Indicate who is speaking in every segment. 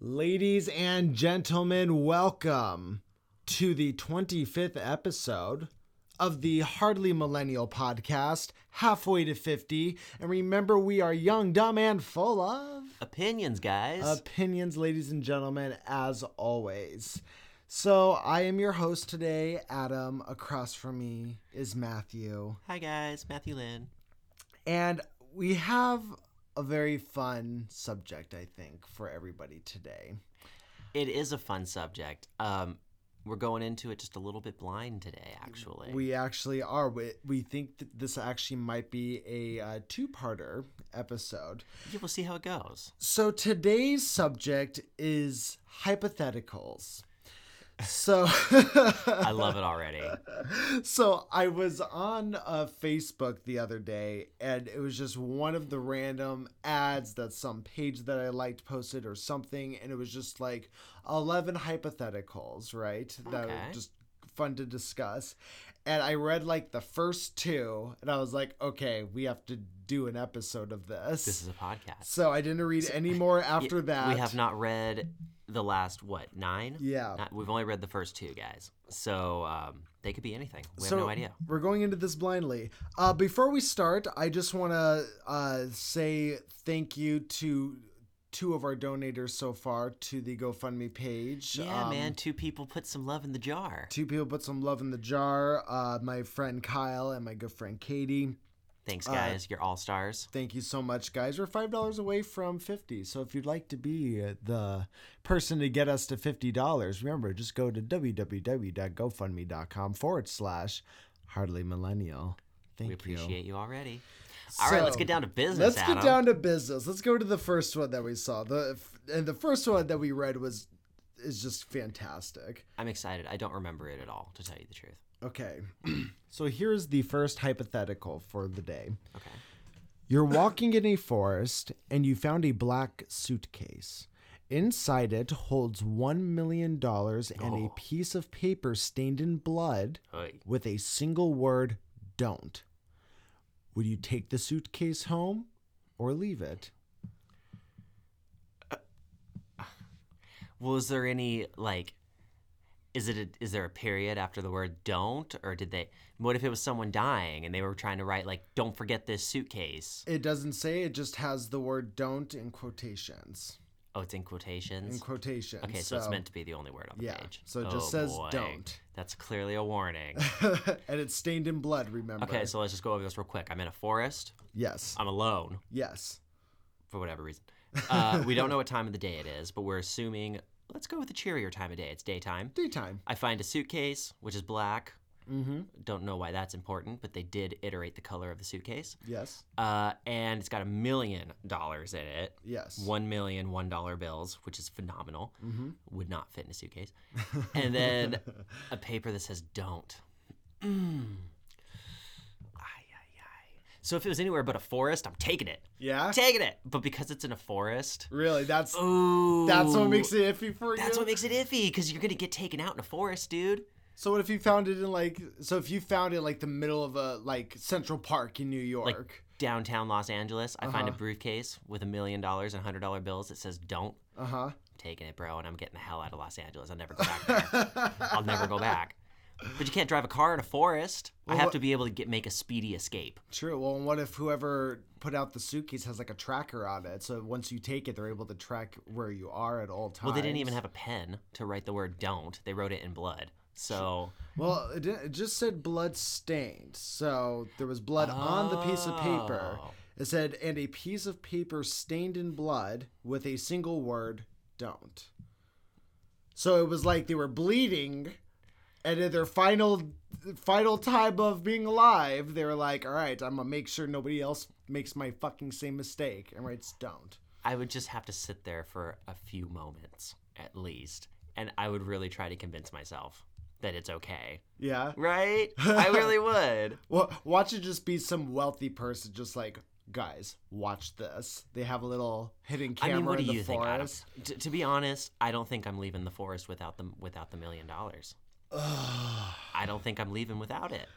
Speaker 1: Ladies and gentlemen, welcome to the 25th episode of the Hardly Millennial podcast, halfway to 50. And remember, we are young, dumb, and full of
Speaker 2: Opinions, guys.
Speaker 1: opinions, ladies and gentlemen, as always. So, I am your host today, Adam. Across from me is Matthew.
Speaker 2: Hi, guys. Matthew Lynn.
Speaker 1: And we have a very fun subject, I think, for everybody today.
Speaker 2: It is a fun subject. Um, we're going into it just a little bit blind today, actually.
Speaker 1: We actually are. We, we think that this actually might be a uh, two parter episode.
Speaker 2: yeah, we'll see how it goes.
Speaker 1: So today's subject is hypotheticals. So
Speaker 2: I love it already.
Speaker 1: so I was on uh, Facebook the other day, and it was just one of the random ads that some page that I liked posted or something, and it was just like eleven hypotheticals, right? That were
Speaker 2: Okay.
Speaker 1: just fun to discuss. And I read like the first two, and I was like, okay, we have to do an episode of this.
Speaker 2: This is a podcast.
Speaker 1: so I didn't read any more after
Speaker 2: Y-
Speaker 1: that.
Speaker 2: we have not read the last what nine?
Speaker 1: Yeah.
Speaker 2: Not- we've only read the first two, guys. So um, they could be anything. We have no idea.
Speaker 1: We're going into this blindly. Uh, before we start, I just want to uh, say thank you to two of our donators so far to the GoFundMe page.
Speaker 2: Yeah,
Speaker 1: Um,
Speaker 2: man. Two people put some love in the jar.
Speaker 1: Two people put some love in the jar. Uh, my friend Kyle and my good friend Katie.
Speaker 2: Thanks,
Speaker 1: uh,
Speaker 2: guys. You're all stars.
Speaker 1: Thank you so much, guys. We're five dollars away from fifty. So if you'd like to be the person to get us to fifty dollars, remember just go to www.gofundme.com forward slash hardly millennial. Thank
Speaker 2: We
Speaker 1: you.
Speaker 2: appreciate you, already. All right, let's
Speaker 1: So,
Speaker 2: get down to business.
Speaker 1: Let's
Speaker 2: Adam.
Speaker 1: get down to business. Let's go to the first one that we saw. The and the first one that we read was is just fantastic.
Speaker 2: I'm excited. I don't remember it at all, to tell you the truth.
Speaker 1: Okay. so here's the first hypothetical for the day.
Speaker 2: Okay.
Speaker 1: You're walking in a forest and you found a black suitcase. Inside it holds 1 million dollars and a
Speaker 2: Oh.
Speaker 1: piece of paper stained in blood
Speaker 2: Oy.
Speaker 1: with a single word don't. Would you take the suitcase home or leave it?
Speaker 2: Well, is there any like, is it a, is there a period after the word "don't" or did they? What if it was someone dying and they were trying to write like "Don't forget this suitcase"?
Speaker 1: It doesn't say. It just has the word "don't" in quotations.
Speaker 2: Oh, it's in quotations.
Speaker 1: In quotations.
Speaker 2: okay, so, it's meant to be the only word on the
Speaker 1: yeah,
Speaker 2: page.
Speaker 1: so it just
Speaker 2: Oh,
Speaker 1: says
Speaker 2: boy.
Speaker 1: "don't."
Speaker 2: That's clearly a warning.
Speaker 1: and it's stained in blood. Remember.
Speaker 2: okay, so let's just go over this real quick. I'm in a forest.
Speaker 1: yes.
Speaker 2: I'm alone
Speaker 1: yes.
Speaker 2: for whatever reason. Uh, we don't know what time of the day it is, but we're assuming. Let's go with a cheerier time of day. It's daytime.
Speaker 1: Daytime.
Speaker 2: I find a suitcase, which is black.
Speaker 1: Mm-hmm.
Speaker 2: Don't know why that's important, but they did iterate the color of the suitcase.
Speaker 1: Yes.
Speaker 2: Uh, and it's got a million dollars in it.
Speaker 1: Yes.
Speaker 2: One million one dollar bills, which is phenomenal.
Speaker 1: Mm-hmm.
Speaker 2: Would not fit in a suitcase. And then a paper that says "Don't." Mm. Ay, ay, ay. So if it was anywhere but a forest, I'm taking it.
Speaker 1: yeah.
Speaker 2: Taking it. But because it's in a forest,
Speaker 1: really. That's
Speaker 2: ooh,
Speaker 1: that's what makes it iffy for you.
Speaker 2: That's what makes it iffy because you're gonna get taken out in a forest, dude.
Speaker 1: so what if you found it in like? So if you found it like the middle of a like Central Park in New York.
Speaker 2: Downtown Los Angeles, I find a
Speaker 1: Uh-huh.
Speaker 2: briefcase with a million dollars and hundred dollar bills that says "Don't."
Speaker 1: uh huh.
Speaker 2: taking it, bro, and I'm getting the hell out of Los Angeles. I'll never go back there. I'll never go back. But you can't drive a car in a forest. I have
Speaker 1: what-
Speaker 2: to be able to get make a speedy escape.
Speaker 1: True. Well, and what if whoever put out the suitcase has like a tracker on it? So once you take it, they're able to track where you are at all times.
Speaker 2: Well, they didn't even have a pen to write the word "don't." They wrote it in blood. So
Speaker 1: Well, it, didn't, it just said blood stained. So there was blood on the piece of paper.
Speaker 2: Oh.
Speaker 1: It said, and a piece of paper stained in blood with a single word, don't. So it was like they were bleeding. And in their final final time of being alive, they were like, all right, I'm going to make sure nobody else makes my fucking same mistake. And writes, don't.
Speaker 2: I would just have to sit there for a few moments at least, and I would really try to convince myself that it's okay.
Speaker 1: Yeah.
Speaker 2: Right? I really would.
Speaker 1: Well, watch it just be some wealthy person, just like guys, watch this. They have a little hidden camera
Speaker 2: I mean, what do
Speaker 1: in the
Speaker 2: you think, Adam?
Speaker 1: forest.
Speaker 2: T- to be honest, I don't think I'm leaving the forest without the without the million dollars. I don't think I'm leaving without it.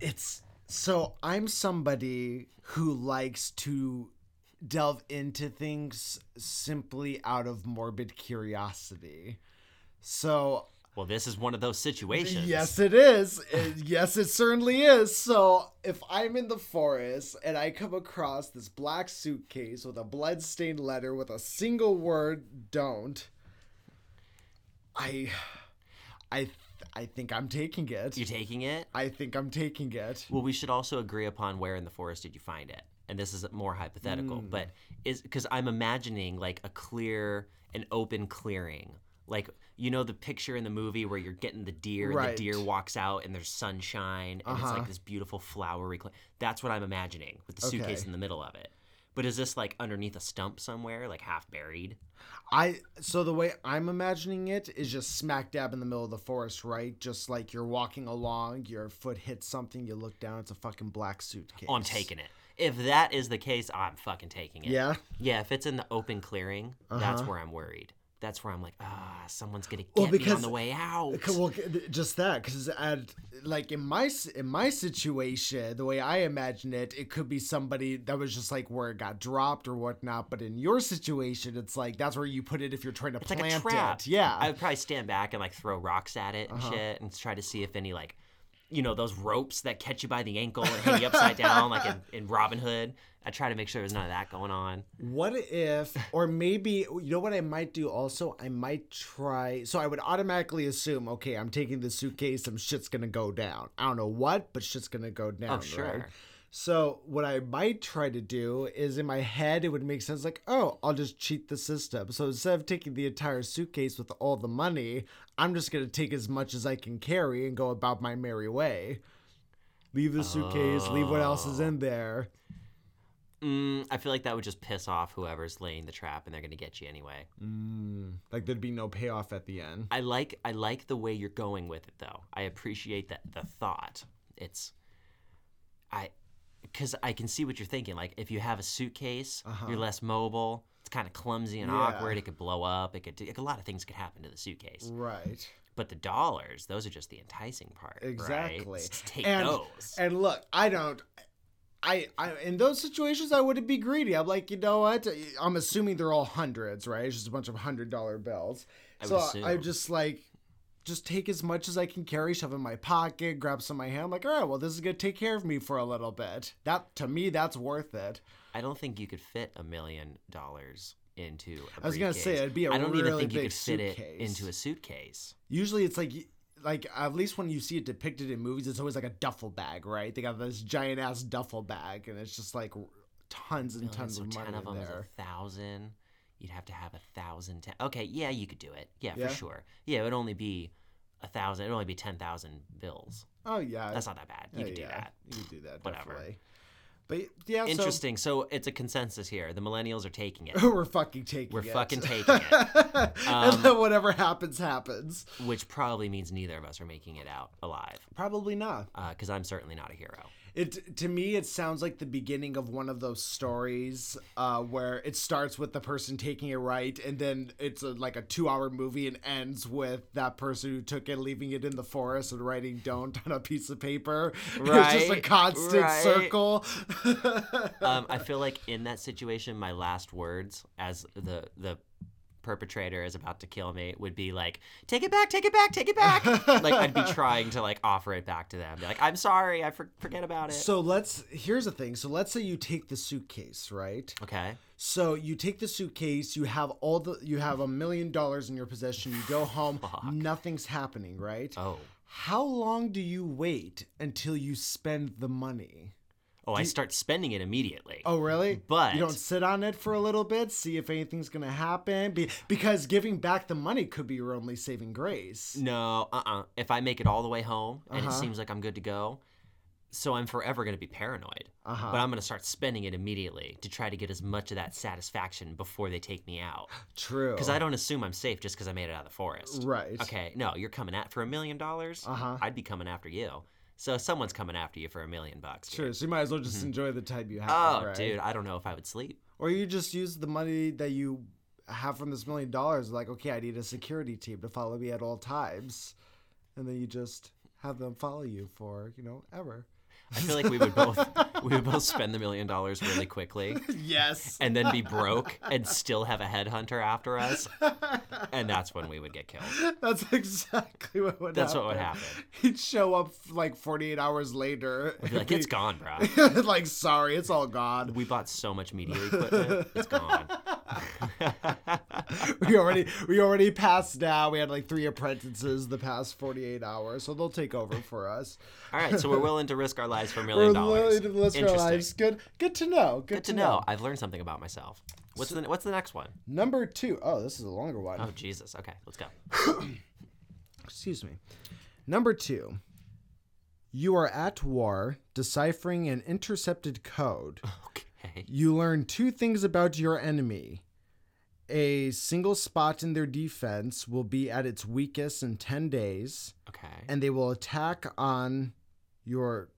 Speaker 1: It's so I'm somebody who likes to delve into things simply out of morbid curiosity. So
Speaker 2: Well, this is one of those situations.
Speaker 1: Yes, it is. It- yes, it certainly is. So, if I'm in the forest and I come across this black suitcase with a bloodstained letter with a single word "don't," I, I, I think I'm taking it.
Speaker 2: You're taking it?
Speaker 1: I think I'm taking it.
Speaker 2: Well, we should also agree upon where in the forest did you find it? And this is more hypothetical,
Speaker 1: Hmm.
Speaker 2: but is because I'm imagining like a clear, an open clearing, like you know the picture in the movie where you're getting the deer,
Speaker 1: Right. Uh-huh.
Speaker 2: and the deer walks out, and there's sunshine, and it's like this beautiful flowery. Cl- That's what I'm imagining with the suitcase
Speaker 1: Okay.
Speaker 2: in the middle of it. But is this like underneath a stump somewhere, like half buried?
Speaker 1: I so the way I'm imagining it is just smack dab in the middle of the forest, right? Just like you're walking along, your foot hits something, you look down, it's a fucking black suitcase.
Speaker 2: Oh, I'm taking it. If that is the case, I'm fucking taking it.
Speaker 1: Yeah.
Speaker 2: Yeah, if it's in the open clearing, that's where I'm worried. That's where I'm like, ah, someone's gonna get
Speaker 1: Uh-huh. Well,
Speaker 2: me on
Speaker 1: because-
Speaker 2: the way out.
Speaker 1: Okay, Well, c- just that, because like in my s- in my situation, the way I imagine it, it could be somebody that was just like where it got dropped or whatnot. But in your situation, it's like that's where you put it if you're trying to
Speaker 2: It's
Speaker 1: plant
Speaker 2: like a trap.
Speaker 1: it. Yeah, Uh-huh.
Speaker 2: I would probably stand back and like throw rocks at it and shit, and try to see if any like, you know, those ropes that catch you by the ankle and hang you upside down, like in, in Robin Hood. I try to make sure there's none of that going on.
Speaker 1: What if, or maybe, you know what I might do also? I might try. So I would automatically assume, okay, I'm taking the suitcase, some shit's gonna go down. I don't know what, but shit's gonna go down. Right?
Speaker 2: sure.
Speaker 1: So what I might try to do is in my head, it would make sense like, oh, I'll just cheat the system. So instead of taking the entire suitcase with all the money, I'm just gonna take as much as I can carry and go about my merry way. Leave the suitcase, leave what else is in there.
Speaker 2: Mm, I feel like that would just piss off whoever's laying the trap, and they're gonna get you anyway.
Speaker 1: Like there'd be no payoff at the end.
Speaker 2: I like I like the way you're going with it though. I appreciate that the thought. It's I cuz I can see what you're thinking. Like if you have a suitcase, you're less mobile. It's kind of clumsy and
Speaker 1: Uh-huh. Yeah.
Speaker 2: awkward. It could blow up. It could like, a lot of things could happen to the
Speaker 1: Mm.
Speaker 2: suitcase.
Speaker 1: Right.
Speaker 2: But the dollars, those are just the enticing part. right?
Speaker 1: Exactly.
Speaker 2: S- Take
Speaker 1: and,
Speaker 2: those.
Speaker 1: And look, I don't. I, I in those situations I wouldn't be greedy. I'm like, you know what? I'm assuming they're all hundreds, right? It's just a bunch of hundred dollar bills.
Speaker 2: I would
Speaker 1: so I'm
Speaker 2: assume.
Speaker 1: just like, just take as much as I can carry, shove in my pocket, grab some in my hand. I'm like, all right, well, this is gonna take care of me for a little bit. That to me, that's worth it.
Speaker 2: I don't think you could fit a million dollars into a
Speaker 1: I was gonna
Speaker 2: briefcase.
Speaker 1: say, it'd be a
Speaker 2: I don't even
Speaker 1: really
Speaker 2: think you
Speaker 1: big
Speaker 2: could fit it
Speaker 1: suitcase.
Speaker 2: into a suitcase.
Speaker 1: Usually, it's like. Like at least when you see it depicted in movies, it's always like a duffel bag, right? They got this giant ass duffel bag, and it's just like tons and
Speaker 2: million,
Speaker 1: tons
Speaker 2: so
Speaker 1: of money
Speaker 2: Oh, ten of
Speaker 1: in
Speaker 2: them is
Speaker 1: there.
Speaker 2: a thousand. You'd have to have a thousand. Ten. Okay, yeah, you could do it. Yeah,
Speaker 1: Yeah?
Speaker 2: for sure. Yeah, it would only be a thousand. It'd only be ten thousand bills.
Speaker 1: Oh yeah,
Speaker 2: That's not that bad. You
Speaker 1: Uh,
Speaker 2: could do
Speaker 1: yeah,
Speaker 2: that.
Speaker 1: You could do that.
Speaker 2: Whatever.
Speaker 1: Definitely. But yeah,
Speaker 2: Interesting. So it's a consensus here. The millennials are taking it.
Speaker 1: So we're fucking taking.
Speaker 2: We're
Speaker 1: it.
Speaker 2: fucking Um, taking it,
Speaker 1: and then whatever happens, happens.
Speaker 2: which probably means neither of us are making it out alive,
Speaker 1: Probably not.
Speaker 2: because I'm certainly not a hero.
Speaker 1: It to me, it sounds like the beginning of one of those stories uh, where it starts with the person taking it right, and then it's a, like a two-hour movie and ends with that person who took it, leaving it in the forest and writing "don't" on a piece of paper. it's just a
Speaker 2: Right,
Speaker 1: constant
Speaker 2: right.
Speaker 1: circle.
Speaker 2: um, I feel like in that situation, my last words as the the perpetrator is about to kill me would be like, "Take it back, take it back, take it back." like I'd be trying to like offer it back to them, be like, "I'm sorry, I for- forget about it."
Speaker 1: so let's. Here's the thing. So let's say you take the suitcase, right?
Speaker 2: okay,
Speaker 1: So you take the suitcase, you have all the you have a million dollars in your possession, you go home, nothing's happening, right?
Speaker 2: oh,
Speaker 1: How long do you wait until you spend the money?
Speaker 2: oh, I start spending it immediately.
Speaker 1: Oh, really?
Speaker 2: But-
Speaker 1: you don't sit on it for a little bit, see if anything's going to happen Be- because giving back the money could be your only saving grace.
Speaker 2: No, uh, uh If I make it all the way home and it
Speaker 1: Uh-huh.
Speaker 2: seems like I'm good to go, so I'm forever gonna be paranoid.
Speaker 1: Uh-huh.
Speaker 2: But I'm gonna start spending it immediately to try to get as much of that satisfaction before they take me out.
Speaker 1: True.
Speaker 2: Because I don't assume I'm safe just because I made it out of the forest.
Speaker 1: Oh. Right.
Speaker 2: Okay, no, you're coming at for a million dollars.
Speaker 1: Uh-huh.
Speaker 2: I'd be coming after you. So someone's coming after you for a million bucks. dude.
Speaker 1: True. So you might as well just enjoy the time you have,
Speaker 2: Oh,
Speaker 1: right?
Speaker 2: dude, I don't know if I would sleep.
Speaker 1: Or you just use the money that you have from this million dollars, like, okay, I need a security team to follow me at all times. And then you just have them follow you for, you know, ever.
Speaker 2: I feel like we would both we would both spend the million dollars really quickly
Speaker 1: yes.
Speaker 2: and then be broke and still have a headhunter after us. And that's when we would get killed.
Speaker 1: That's exactly what would
Speaker 2: That's
Speaker 1: happen.
Speaker 2: what would happen.
Speaker 1: He'd show up like 48 hours later.
Speaker 2: Be like, it's gone, bro.
Speaker 1: gone. like, sorry, it's all gone.
Speaker 2: We bought so much media equipment. It's gone.
Speaker 1: We already we already passed now. We had like three apprentices the past 48 hours, so they'll take over for us.
Speaker 2: All right, so we're willing to risk our lives for a
Speaker 1: We're
Speaker 2: million dollars.
Speaker 1: willing to risk our
Speaker 2: Interesting.
Speaker 1: lives. Good, good to know. Good,
Speaker 2: Good to know. I've learned something about myself. What's the What's the next one?
Speaker 1: Number two. Oh, this is a longer one.
Speaker 2: Oh Jesus. Okay, let's go.
Speaker 1: excuse me. Number two, you are at war deciphering an intercepted code.
Speaker 2: Okay.
Speaker 1: You learn two things about your enemy. A single spot in their defense will be at its weakest in 10 days,
Speaker 2: Okay.
Speaker 1: and they will attack on your.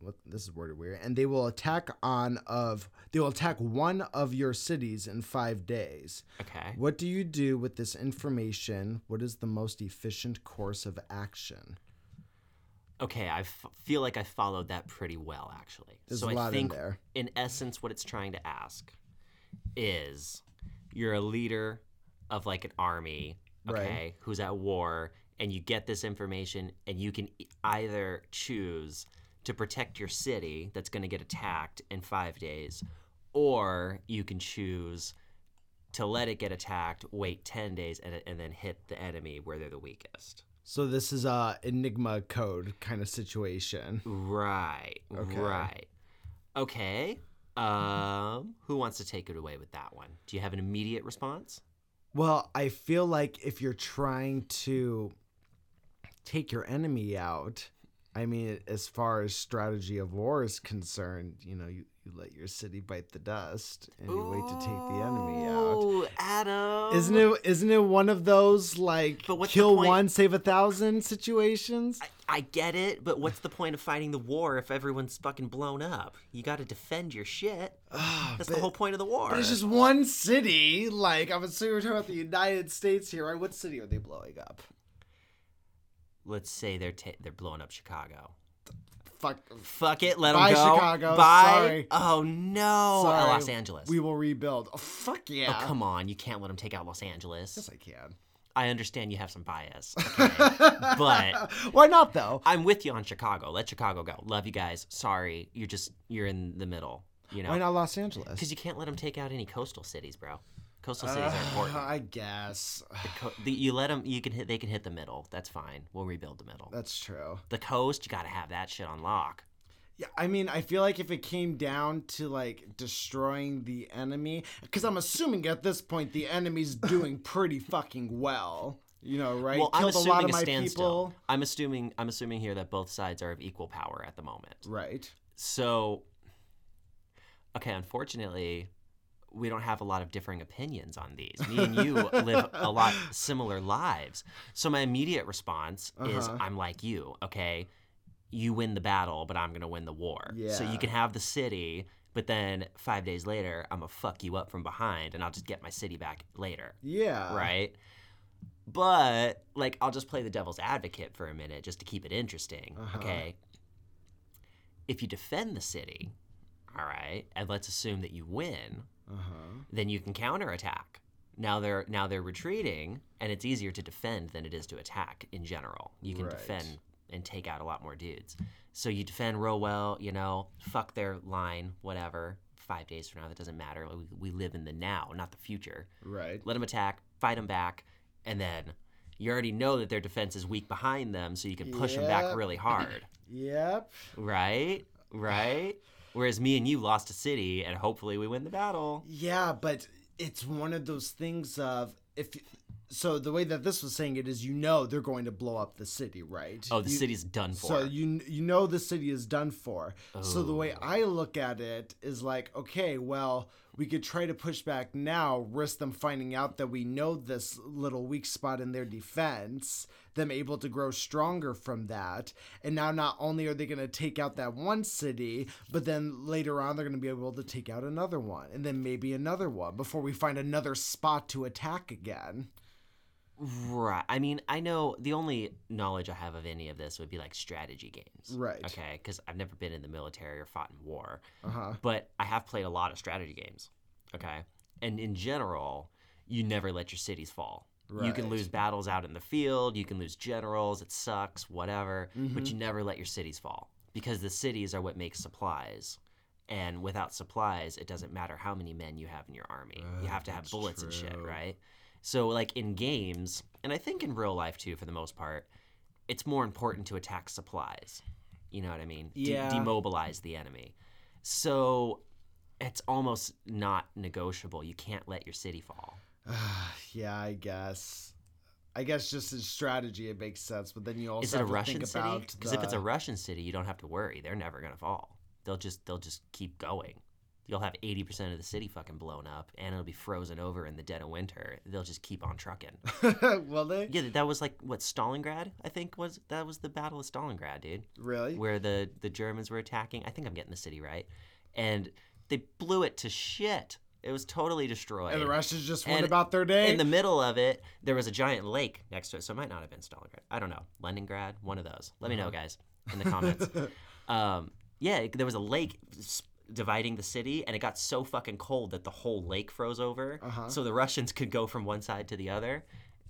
Speaker 1: What, this is worded weird. And they will attack on of. They will attack one of your cities in five days.
Speaker 2: Okay.
Speaker 1: What do you do with this information? What is the most efficient course of action?
Speaker 2: Okay. I f- feel like I followed that pretty well, actually.
Speaker 1: There's
Speaker 2: so
Speaker 1: a
Speaker 2: I
Speaker 1: lot in
Speaker 2: think,
Speaker 1: there.
Speaker 2: in essence, what it's trying to ask is, you're a leader of like an army,
Speaker 1: Right.
Speaker 2: okay, who's at war, and you get this information, and you can e- either choose to protect your city that's going to get attacked in five days, or you can choose. To let it get attacked, wait 10 days, and, and then hit the enemy where they're the weakest.
Speaker 1: So this is a Enigma code kind of situation.
Speaker 2: Right.
Speaker 1: Okay.
Speaker 2: Right. Okay. Um, who wants to take it away with that one? Do you have an immediate response?
Speaker 1: Well, I feel like if you're trying to take your enemy out, I mean, as far as strategy of war is concerned, you know, you, you let your city bite the dust and you wait to take the enemy out.
Speaker 2: Ooh, Adam.
Speaker 1: Isn't it? Isn't it one of those like
Speaker 2: But what's the
Speaker 1: kill
Speaker 2: point-
Speaker 1: one, save a thousand situations?
Speaker 2: I, I get it, but what's the point of fighting the war if everyone's fucking blown up? You got to defend your shit.
Speaker 1: Ah,
Speaker 2: That's
Speaker 1: but-
Speaker 2: the whole point of the war.
Speaker 1: But it's just one city. Like I'm assuming we're talking about the United States here, right? What city are they blowing up?
Speaker 2: Let's say they're ta- they're blowing up Chicago.
Speaker 1: Fuck.
Speaker 2: Fuck it, let 'em
Speaker 1: Bye,
Speaker 2: go.
Speaker 1: Chicago.
Speaker 2: Bye.
Speaker 1: Sorry.
Speaker 2: Oh no,
Speaker 1: Sorry.
Speaker 2: Uh, Los Angeles.
Speaker 1: We will rebuild. Oh, fuck yeah.
Speaker 2: Oh, come on, you can't let them take out Los Angeles.
Speaker 1: Yes, I can.
Speaker 2: I understand you have some bias, okay? but
Speaker 1: Why not though?
Speaker 2: I'm with you on Chicago. Let Chicago go. Love you guys. Sorry, you're just you're in the middle. You
Speaker 1: Why
Speaker 2: know,
Speaker 1: not Los Angeles?
Speaker 2: because you can't let them take out any coastal cities, bro. Coastal cities are important.
Speaker 1: Uh, I guess
Speaker 2: The co- the, you let them. You can hit. They can hit the middle. That's fine. We'll rebuild the middle.
Speaker 1: that's true.
Speaker 2: The coast. You got to have that shit on lock.
Speaker 1: Yeah, I mean, I feel like if it came down to like destroying the enemy, because I'm assuming at this point the enemy's doing pretty fucking well. You know, right?
Speaker 2: Well, I'm
Speaker 1: Killed
Speaker 2: assuming
Speaker 1: a lot of
Speaker 2: a
Speaker 1: my
Speaker 2: standstill.
Speaker 1: people.
Speaker 2: I'm assuming. I'm assuming here that both sides are of equal power at the moment.
Speaker 1: Right.
Speaker 2: So, okay, unfortunately, we don't have a lot of differing opinions on these. Me and you live a lot similar lives. So, my immediate response is
Speaker 1: Uh-huh.
Speaker 2: I'm like you, okay? You win the battle, but I'm going to win the war. So,
Speaker 1: Yeah.
Speaker 2: you can have the city, but then five days later, I'm going to fuck you up from behind and I'll just get my city back later,
Speaker 1: Yeah.
Speaker 2: right? But, like, I'll just play the devil's advocate for a minute just to keep it interesting,
Speaker 1: Uh-huh.
Speaker 2: okay? if you defend the city, all right, and let's assume that you win,
Speaker 1: Uh huh.
Speaker 2: then you can counterattack. Now they're now they're retreating, and it's easier to defend than it is to attack in general. You can
Speaker 1: Right.
Speaker 2: defend and take out a lot more dudes. So you defend real well, you know, fuck their line, whatever. Five days from now, that doesn't matter. We, we live in the now, not the future.
Speaker 1: Right.
Speaker 2: Let them attack, fight them back, and then you already know that their defense is weak behind them, so you can push them
Speaker 1: Yep.
Speaker 2: back really hard.
Speaker 1: Yep.
Speaker 2: Right? Right? Whereas me and you lost a city and hopefully we win the battle.
Speaker 1: Yeah, but it's one of those things of if so the way that this was saying it is you know they're going to blow up the city, right?
Speaker 2: Oh, the
Speaker 1: You-
Speaker 2: city's done for.
Speaker 1: So you you know the city is done for. So the way
Speaker 2: Oh.
Speaker 1: I look at it is like, okay, well, we could try to push back now, risk them finding out that we know this little weak spot in their defense, them able to grow stronger from that. And now not only are they going to take out that one city, but then later on they're going to be able to take out another one and then maybe another one before we find another spot to attack again.
Speaker 2: Right. I mean, I know the only knowledge I have of any of this would be like strategy games.
Speaker 1: Right.
Speaker 2: Okay. Because I've never been in the military or fought in war,
Speaker 1: Uh huh.
Speaker 2: but I have played a lot of strategy games. Okay. And in general, you never let your cities fall. You can
Speaker 1: Right.
Speaker 2: lose battles out in the field, you can lose generals, it sucks, whatever, but
Speaker 1: Mhm.
Speaker 2: you never let your cities fall because the cities are what makes supplies. And without supplies, it doesn't matter how many men you have in your army.
Speaker 1: Uh,
Speaker 2: you have to have
Speaker 1: that's
Speaker 2: bullets and shit,
Speaker 1: true.
Speaker 2: right? So, like in games, and I think in real life too, for the most part, it's more important to attack supplies. You know what I mean? De-
Speaker 1: Yeah.
Speaker 2: demobilize the enemy. So, it's almost not negotiable. You can't let your city fall.
Speaker 1: yeah, I guess. I guess just as strategy, it makes sense. But then you also
Speaker 2: Is it a
Speaker 1: have to
Speaker 2: Russian
Speaker 1: think
Speaker 2: city?
Speaker 1: about
Speaker 2: Because if it's a
Speaker 1: the-
Speaker 2: Russian city, you don't have to worry. They're never gonna fall. They'll just they'll just keep going. You'll have eighty percent of the city fucking blown up, and it'll be frozen over in the dead of winter. They'll just keep on trucking.
Speaker 1: will they
Speaker 2: yeah, that was like what Stalingrad, I think was that was the Battle of Stalingrad, dude,
Speaker 1: really?
Speaker 2: where the the Germans were attacking. I think I'm getting the city right, and they blew it to shit. It was totally destroyed.
Speaker 1: And the Russians just went
Speaker 2: And-
Speaker 1: about their day.
Speaker 2: In the middle of it, there was a giant lake next to it, so it might not have been Stalingrad. I don't know. Leningrad, one of those. Let me
Speaker 1: Uh-huh.
Speaker 2: know, guys, in the comments. um, yeah, it- there was a lake s- dividing the city, and it got so fucking cold that the whole lake froze over.
Speaker 1: Uh-huh.
Speaker 2: So the Russians could go from one side to the other,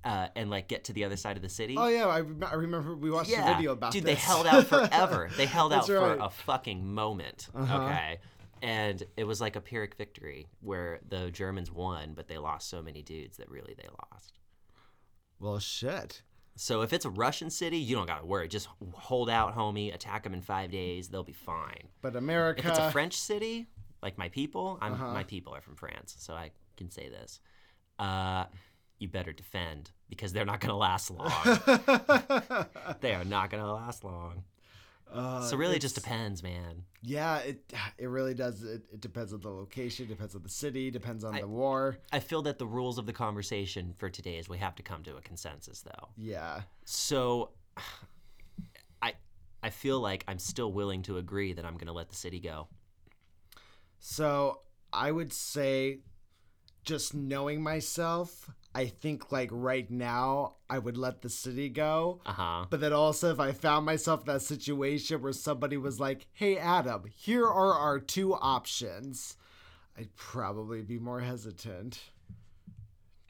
Speaker 2: uh, and like get to the other side of the city.
Speaker 1: oh yeah, I, rem- I remember we watched a video about
Speaker 2: Dude,
Speaker 1: this.
Speaker 2: they held out forever. They held
Speaker 1: That's
Speaker 2: out for
Speaker 1: right. Uh-huh.
Speaker 2: a fucking moment. Okay. And it was like a Pyrrhic victory where the Germans won, but they lost so many dudes that really they lost.
Speaker 1: well, shit.
Speaker 2: So if it's a Russian city, you don't gotta worry. Just hold out, homie. Attack them in five days. They'll be fine.
Speaker 1: But America.
Speaker 2: If it's a French city, like my people, I'm, my people are from France, so I can say this. Uh, you better defend because they're not gonna last long. they are not gonna last long.
Speaker 1: Uh,
Speaker 2: So really, it
Speaker 1: it's-
Speaker 2: just depends, man.
Speaker 1: yeah, it it really does. It, it depends on the location, depends on the city, depends on the war.
Speaker 2: I feel that the rules of the conversation for today is we have to come to a consensus, though.
Speaker 1: Yeah,
Speaker 2: So, I I feel like I'm still willing to agree that I'm gonna let the city go.
Speaker 1: So I would say, just knowing myself, I think like right now I would let the city go.
Speaker 2: Uh huh.
Speaker 1: But then also, if I found myself in that situation where somebody was like, "Hey Adam, here are our two options," I'd probably be more hesitant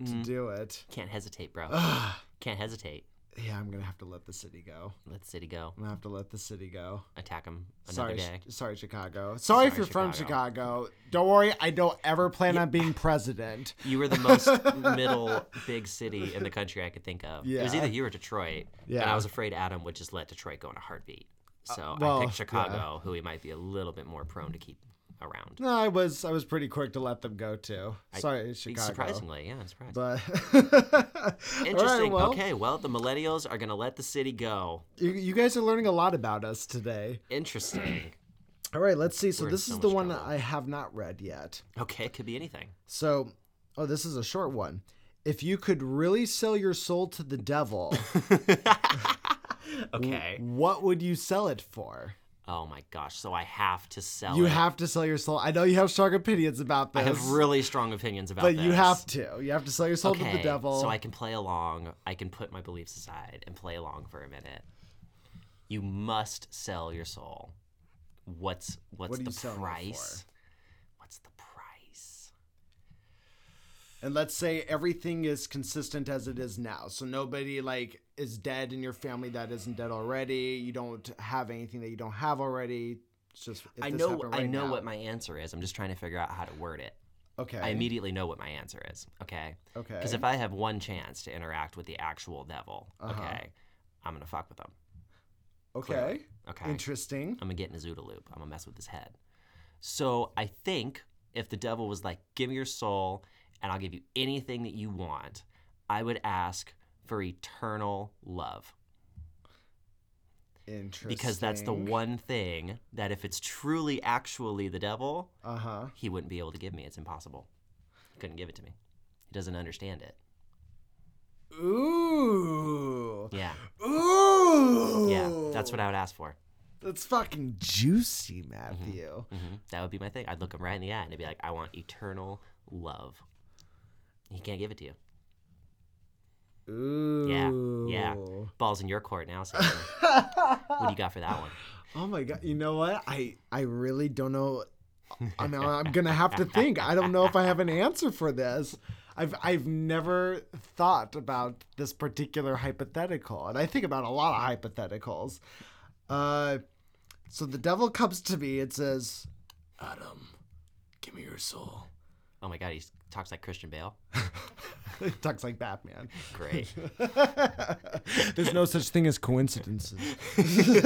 Speaker 1: to
Speaker 2: Mm.
Speaker 1: do it.
Speaker 2: Can't hesitate, bro.
Speaker 1: Ugh.
Speaker 2: Can't hesitate.
Speaker 1: Yeah, I'm gonna have to let the city go.
Speaker 2: Let the city go.
Speaker 1: I'm gonna have to let the city go.
Speaker 2: Attack them another
Speaker 1: Sorry,
Speaker 2: day.
Speaker 1: Ch- sorry, Chicago. Sorry, if
Speaker 2: Sorry,
Speaker 1: you're from
Speaker 2: Chicago.
Speaker 1: Chicago. Don't worry, I don't ever plan on being president.
Speaker 2: You were the most middle big city in the country I could think of. It was
Speaker 1: Yeah.
Speaker 2: either you or Detroit. And
Speaker 1: Yeah. Uh,
Speaker 2: I was afraid Adam would just let Detroit go in a heartbeat. So I
Speaker 1: well,
Speaker 2: picked Chicago, who he might be a little bit more prone to keep around.
Speaker 1: No, I was I was pretty quick to let them go too. Sorry, Chicago.
Speaker 2: Surprisingly, yeah, I'm surprised.
Speaker 1: But
Speaker 2: Interesting.
Speaker 1: well,
Speaker 2: okay, well, the millennials are going to let the city go.
Speaker 1: you, you guys are learning a lot about us today.
Speaker 2: Interesting.
Speaker 1: All right, let's see. So
Speaker 2: We're in
Speaker 1: this
Speaker 2: so
Speaker 1: is the
Speaker 2: much
Speaker 1: one
Speaker 2: trouble.
Speaker 1: I have not read yet.
Speaker 2: okay, it could be anything.
Speaker 1: So, oh, this is a short one. If you could really sell your soul to the devil,
Speaker 2: Okay.
Speaker 1: what would you sell it for?
Speaker 2: Oh my gosh. So I have to sell
Speaker 1: You
Speaker 2: it.
Speaker 1: have to sell your soul. I know you have strong opinions about this,
Speaker 2: I have really strong opinions about
Speaker 1: but
Speaker 2: this.
Speaker 1: you have to. You have to sell your soul to the devil.
Speaker 2: So I can play along. I can put my beliefs aside and play along for a minute. You must sell your soul. What's what's
Speaker 1: What are
Speaker 2: the
Speaker 1: you selling it
Speaker 2: price? What's the price?
Speaker 1: And let's say everything is consistent as it is now. So nobody like is dead in your family that isn't dead already. You don't have anything that you don't have already. It's just if
Speaker 2: I
Speaker 1: this
Speaker 2: know
Speaker 1: happened
Speaker 2: I
Speaker 1: right
Speaker 2: know
Speaker 1: now-
Speaker 2: what my answer is. I'm just trying to figure out how to word it.
Speaker 1: Okay.
Speaker 2: I immediately know what my answer is. Okay.
Speaker 1: okay.
Speaker 2: Because if I have one chance to interact with the actual devil,
Speaker 1: Uh-huh.
Speaker 2: okay, I'm gonna fuck with him.
Speaker 1: okay.
Speaker 2: clearly. Okay.
Speaker 1: Interesting.
Speaker 2: I'm gonna get in a Zuda loop. I'm gonna mess with his head. So I think if the devil was like, "Give me your soul, and I'll give you anything that you want," I would ask for eternal love
Speaker 1: Interesting.
Speaker 2: because that's the one thing that if it's truly actually the devil,
Speaker 1: Uh huh.
Speaker 2: he wouldn't be able to give me. It's impossible. He couldn't give it to me. He doesn't understand it.
Speaker 1: Ooh.
Speaker 2: Yeah,
Speaker 1: Ooh.
Speaker 2: yeah. That's what I would ask for.
Speaker 1: That's fucking juicy, Matthew.
Speaker 2: hmm That would be my thing. I'd look him right in the eye and I'd be like, "I want eternal love." He can't give it to you.
Speaker 1: Ooh.
Speaker 2: Mm-hmm. yeah. Ball's in your court now. So what do you got for that one?
Speaker 1: Oh my god! You know what? I I really don't know. I mean, I'm gonna have to think. I don't know if I have an answer for this. I've I've never thought about this particular hypothetical, and I think about a lot of hypotheticals. Uh, so the devil comes to me and says, "Adam, give me your soul."
Speaker 2: Oh my God, he talks like Christian Bale.
Speaker 1: He talks like Batman.
Speaker 2: Great.
Speaker 1: There's no such thing as coincidences. but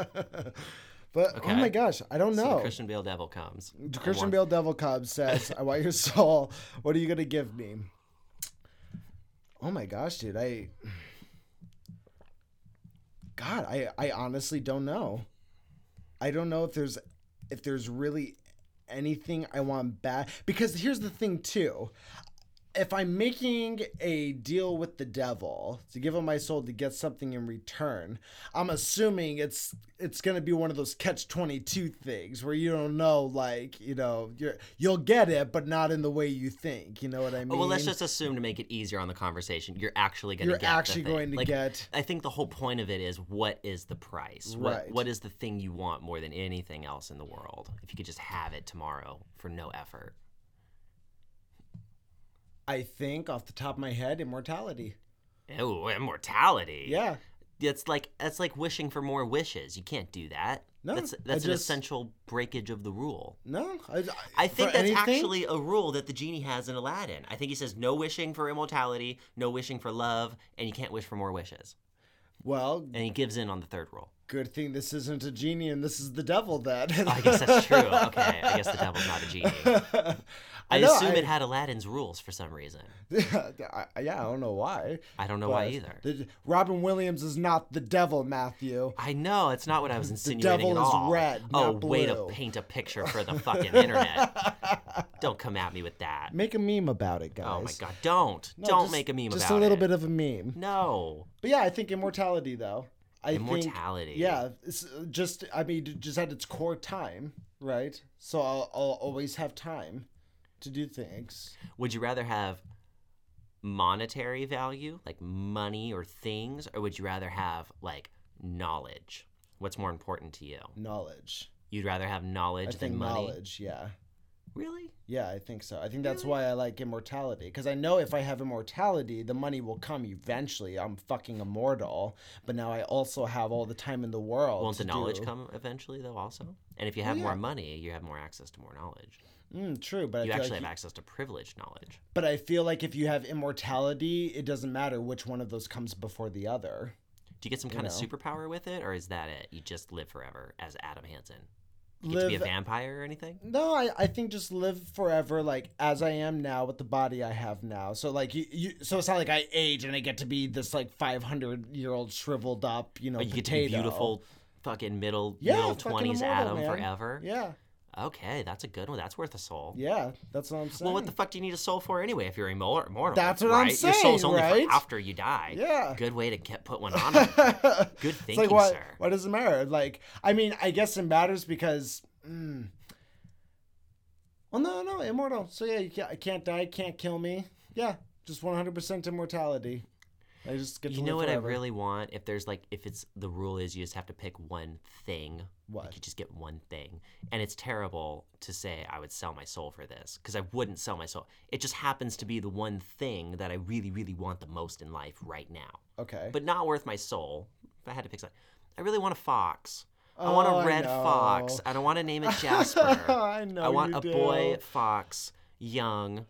Speaker 1: oh
Speaker 2: Okay.
Speaker 1: my gosh, I don't
Speaker 2: So the
Speaker 1: know.
Speaker 2: Christian Bale devil comes.
Speaker 1: The
Speaker 2: and
Speaker 1: Christian
Speaker 2: wants-
Speaker 1: Bale Devil Cub says, I want your soul. What are you going to give me? Oh my gosh, dude. I. God, I, I honestly don't know. I don't know if there's if there's really anything I want back because here's the thing too. If I'm making a deal with the devil to give him my soul to get something in return, I'm assuming it's it's gonna be one of those catch twenty two things where you don't know, like you know, you're you'll get it, but not in the way you think. You know what I mean?
Speaker 2: Oh, well, let's just assume to make it easier on the conversation, you're actually going to
Speaker 1: you're
Speaker 2: get the
Speaker 1: actually
Speaker 2: thing.
Speaker 1: going to
Speaker 2: Like,
Speaker 1: get
Speaker 2: I think the whole point of it is what is the price?
Speaker 1: Right.
Speaker 2: What what is the thing you want more than anything else in the world? If you could just have it tomorrow for no effort.
Speaker 1: I think off the top of my head, immortality.
Speaker 2: Oh, immortality.
Speaker 1: Yeah.
Speaker 2: That's like that's like wishing for more wishes. You can't do that.
Speaker 1: No,
Speaker 2: that's
Speaker 1: I
Speaker 2: that's an
Speaker 1: just-
Speaker 2: essential breakage of the rule.
Speaker 1: No, I,
Speaker 2: I think
Speaker 1: for
Speaker 2: that's
Speaker 1: anything?
Speaker 2: actually a rule that the genie has in Aladdin. I think he says no wishing for immortality, no wishing for love, and you can't wish for more wishes.
Speaker 1: Well,
Speaker 2: And he gives in on the third rule.
Speaker 1: good thing this isn't a genie and this is the devil then.
Speaker 2: Oh, I guess that's true. Okay, I guess the devil's not a genie. I,
Speaker 1: know,
Speaker 2: assume
Speaker 1: I-
Speaker 2: it had Aladdin's rules for some reason.
Speaker 1: yeah, I, yeah, I don't know why.
Speaker 2: I don't know why
Speaker 1: but
Speaker 2: either.
Speaker 1: the- Robin Williams is not the devil, Matthew.
Speaker 2: I know it's not what I was insinuating
Speaker 1: devil
Speaker 2: at
Speaker 1: is
Speaker 2: all.
Speaker 1: red,
Speaker 2: oh,
Speaker 1: not
Speaker 2: way to
Speaker 1: blue.
Speaker 2: paint a picture for the fucking internet. Don't come at me with that.
Speaker 1: Make a meme about it, guys.
Speaker 2: Oh my god, don't.
Speaker 1: No,
Speaker 2: don't
Speaker 1: just-
Speaker 2: make a meme
Speaker 1: Just
Speaker 2: about it.
Speaker 1: a little bit of a meme.
Speaker 2: No.
Speaker 1: But yeah, I think immortality though. I think
Speaker 2: Immortality.
Speaker 1: Yeah, it's uh, just I mean, it just at its core, time, right? So I'll, I'll always have time to do things.
Speaker 2: Would you rather have monetary value, like money or things, or would you rather have like knowledge? What's more important to you?
Speaker 1: Knowledge.
Speaker 2: You'd rather have
Speaker 1: I
Speaker 2: knowledge
Speaker 1: think
Speaker 2: than money?
Speaker 1: knowledge. Yeah,
Speaker 2: Really?
Speaker 1: yeah, I think so. I think that's why I like immortality because I know if I have immortality, the money will come eventually. I'm fucking immortal, but now I also have all the time in the world.
Speaker 2: Won't the
Speaker 1: to
Speaker 2: knowledge
Speaker 1: do- Oh,
Speaker 2: come eventually, though, also? And if you have
Speaker 1: yeah.
Speaker 2: more money, you have more access to more knowledge.
Speaker 1: Mm, true, but I
Speaker 2: You
Speaker 1: feel
Speaker 2: actually
Speaker 1: like
Speaker 2: have access to privileged knowledge.
Speaker 1: But I feel like if you have immortality, it doesn't matter which one of those comes before the other.
Speaker 2: Do you get some kind
Speaker 1: know.
Speaker 2: of superpower with it, or is that it? You just live forever as Adam Hansen? You get to
Speaker 1: Live.
Speaker 2: be a vampire or anything?
Speaker 1: no, I, I think just live forever like as I am now with the body I have now. So like you, you so it's not like I age and I get to be this like five hundred year old shriveled up, you know,
Speaker 2: Or you get to be
Speaker 1: potato.
Speaker 2: beautiful fucking middle
Speaker 1: Yeah,
Speaker 2: middle
Speaker 1: fucking
Speaker 2: twenties
Speaker 1: immortal,
Speaker 2: Adam
Speaker 1: man.
Speaker 2: forever.
Speaker 1: Yeah.
Speaker 2: Okay, that's a good one. That's worth a soul.
Speaker 1: Yeah. That's what I'm saying.
Speaker 2: Well, what the fuck do you need a soul for anyway? If you're immor- immortal,
Speaker 1: That's what I'm
Speaker 2: right? Your soul's
Speaker 1: saying,
Speaker 2: only
Speaker 1: right?
Speaker 2: for after you die.
Speaker 1: Yeah.
Speaker 2: Good way to get, put one on. 'em. Good
Speaker 1: It's
Speaker 2: thinking,
Speaker 1: like what?
Speaker 2: sir.
Speaker 1: What does it matter? Like, I mean, I guess it matters because. Mm, well, no, no, immortal. So yeah, you can't, I can't die, can't kill me. Yeah, just one hundred percent immortality. I just get to
Speaker 2: You
Speaker 1: live
Speaker 2: know what
Speaker 1: forever.
Speaker 2: I really want? If there's like, if it's the rule is you just have to pick one thing.
Speaker 1: What?
Speaker 2: Like you just get one thing, and it's terrible to say I would sell my soul for this because I wouldn't sell my soul. It just happens to be the one thing that I really, really want the most in life right now,
Speaker 1: Okay.
Speaker 2: but not worth my soul. If I had to pick something, I really want a fox. I want
Speaker 1: Oh, I
Speaker 2: a red fox.
Speaker 1: know.
Speaker 2: I don't want to name it Jasper.
Speaker 1: I know.
Speaker 2: I want
Speaker 1: you
Speaker 2: a
Speaker 1: do.
Speaker 2: boy fox, young,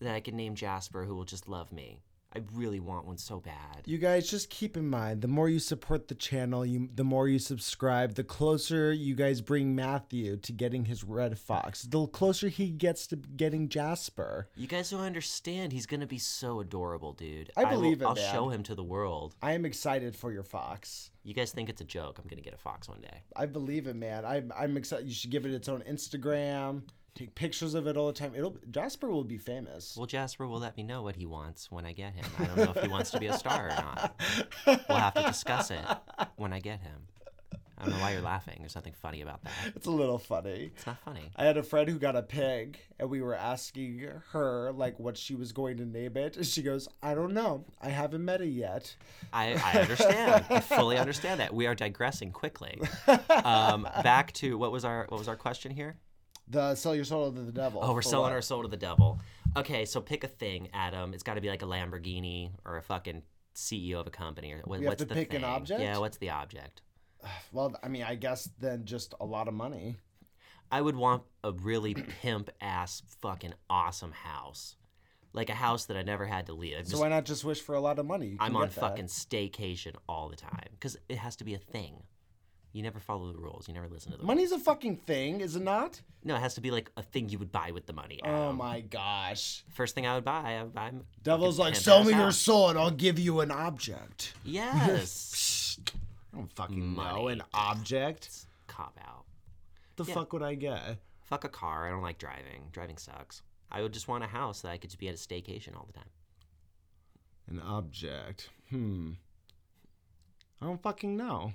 Speaker 2: that I can name Jasper who will just love me. I really want one so bad.
Speaker 1: You guys just keep in mind the more you support the channel, you the more you subscribe, the closer you guys bring Matthew to getting his red fox. The closer he gets to getting Jasper.
Speaker 2: You guys don't understand. He's gonna be so adorable, dude.
Speaker 1: I believe it,
Speaker 2: will, I'll
Speaker 1: man.
Speaker 2: show him to the world.
Speaker 1: I am excited for your fox.
Speaker 2: You guys think it's a joke? I'm gonna get a fox one day.
Speaker 1: I believe it, man. I'm I'm excited. You should give it its own Instagram. Take pictures of it all the time. It'll Jasper will be famous.
Speaker 2: Well, Jasper will let me know what he wants when I get him. I don't know if he wants to be a star or not. We'll have to discuss it when I get him. I don't know why you're laughing. There's nothing funny about that.
Speaker 1: It's a little funny.
Speaker 2: It's not funny.
Speaker 1: I had a friend who got a pig, and we were asking her like what she was going to name it, and she goes, "I don't know. I haven't met it yet."
Speaker 2: I, I understand. I fully understand that. We are digressing quickly. Um, back to what was our what was our question here?
Speaker 1: The sell your soul to the devil.
Speaker 2: Oh, we're
Speaker 1: for
Speaker 2: selling
Speaker 1: what?
Speaker 2: our soul to the devil. Okay, so pick a thing, Adam. It's got to be like a Lamborghini or a fucking CEO of a company or what,
Speaker 1: We have
Speaker 2: what's
Speaker 1: to
Speaker 2: the
Speaker 1: pick an
Speaker 2: thing?
Speaker 1: object?
Speaker 2: Yeah, what's the object?
Speaker 1: Well, I mean, I guess then just a lot of money.
Speaker 2: I would want a really pimp ass fucking awesome house, like a house that I never had to leave. I'm
Speaker 1: So
Speaker 2: just-
Speaker 1: why not just wish for a lot of money? You can
Speaker 2: I'm on
Speaker 1: get that.
Speaker 2: fucking staycation all the time because it has to be a thing. You never follow the rules. You never listen to the
Speaker 1: Money's a fucking thing, is it not?
Speaker 2: No, it has to be like a thing you would buy with the money.
Speaker 1: Oh
Speaker 2: Adam.
Speaker 1: my gosh.
Speaker 2: First thing I would buy, I would buy.
Speaker 1: Devil's
Speaker 2: fucking
Speaker 1: like,
Speaker 2: pimp
Speaker 1: sell
Speaker 2: ass
Speaker 1: me your
Speaker 2: house."
Speaker 1: soul and I'll give you an object.
Speaker 2: Yes.
Speaker 1: I don't fucking know.
Speaker 2: Money.
Speaker 1: An object?
Speaker 2: Cop out.
Speaker 1: The
Speaker 2: Yeah.
Speaker 1: fuck would I get?
Speaker 2: Fuck a car. I don't like driving. Driving sucks. I would just want a house that I could just be at a staycation all the time.
Speaker 1: An object. Hmm. I don't fucking know.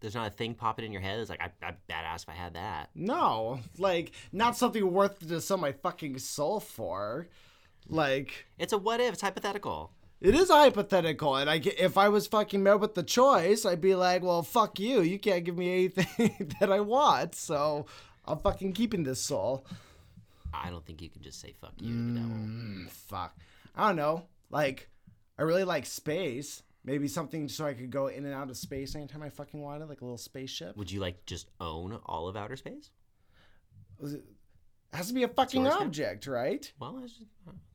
Speaker 2: There's not a thing popping in your head. It's like I, I'd be badass if I had that.
Speaker 1: No. Like, not something worth to sell my fucking soul for. Like,
Speaker 2: It's a what if. It's hypothetical.
Speaker 1: it is hypothetical. And I, ge- if I was fucking met with the choice, I'd be like, well, fuck you. You can't give me anything that I want. So I'm fucking keeping this soul.
Speaker 2: I don't think you can just say fuck you to the devil.
Speaker 1: Mm, fuck. I don't know. Like, I really like space. Maybe something so I could go in and out of space anytime I fucking wanted, like a little spaceship.
Speaker 2: Would you like just own all of outer space?
Speaker 1: It has to be a fucking
Speaker 2: yours now?
Speaker 1: object, right?
Speaker 2: Well, there's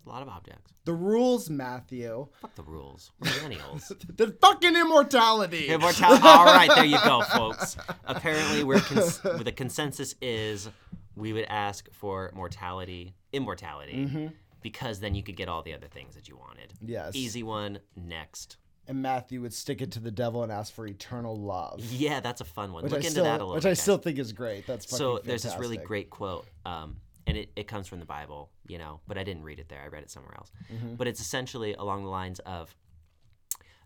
Speaker 2: a lot of objects.
Speaker 1: The rules, Matthew.
Speaker 2: Fuck the rules. We're millennials.
Speaker 1: The fucking immortality.
Speaker 2: Immortal- All right, there you go, folks. Apparently, we're cons- the consensus is we would ask for mortality,
Speaker 1: Mm.
Speaker 2: immortality, because then you could get all the other things that you wanted.
Speaker 1: Mm-hmm. Yes.
Speaker 2: Easy one. Next.
Speaker 1: And Matthew would stick it to the devil and ask for eternal love.
Speaker 2: Yeah, that's a fun one.
Speaker 1: Which
Speaker 2: Mm-hmm. Look
Speaker 1: I
Speaker 2: into
Speaker 1: still,
Speaker 2: that a little.
Speaker 1: which
Speaker 2: bit,
Speaker 1: I
Speaker 2: guys.
Speaker 1: still think is great. That's fucking
Speaker 2: So there's this really
Speaker 1: fantastic.
Speaker 2: great quote, um, and it, it comes from the Bible, you know, but I didn't read it there. I read it somewhere else.
Speaker 1: Mm. Mm-hmm.
Speaker 2: But it's essentially along the lines of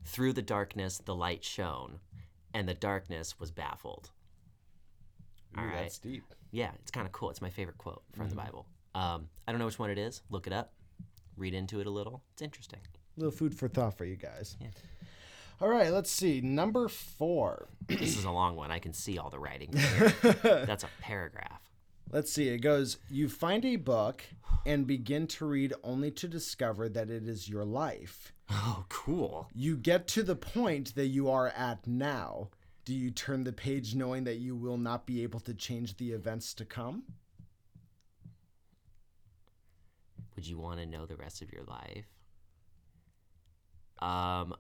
Speaker 2: through the darkness, the light shone, and the darkness was baffled.
Speaker 1: Ooh,
Speaker 2: All right.
Speaker 1: That's deep.
Speaker 2: Yeah, it's kind of cool. It's my favorite quote from the Bible. Um, I don't know which one it is. Look it up, read into it a little. It's interesting.
Speaker 1: little food for thought for you guys.
Speaker 2: Yeah.
Speaker 1: All right, let's see. Number four.
Speaker 2: this is a long one. I can see all the writing. That's a paragraph.
Speaker 1: Let's see. It goes, You find a book and begin to read only to discover that it is your life.
Speaker 2: Oh, cool.
Speaker 1: You get to the point that you are at now. Do you turn the page knowing that you will not be able to change the events to come?
Speaker 2: Would you want to know the rest of your life? Um,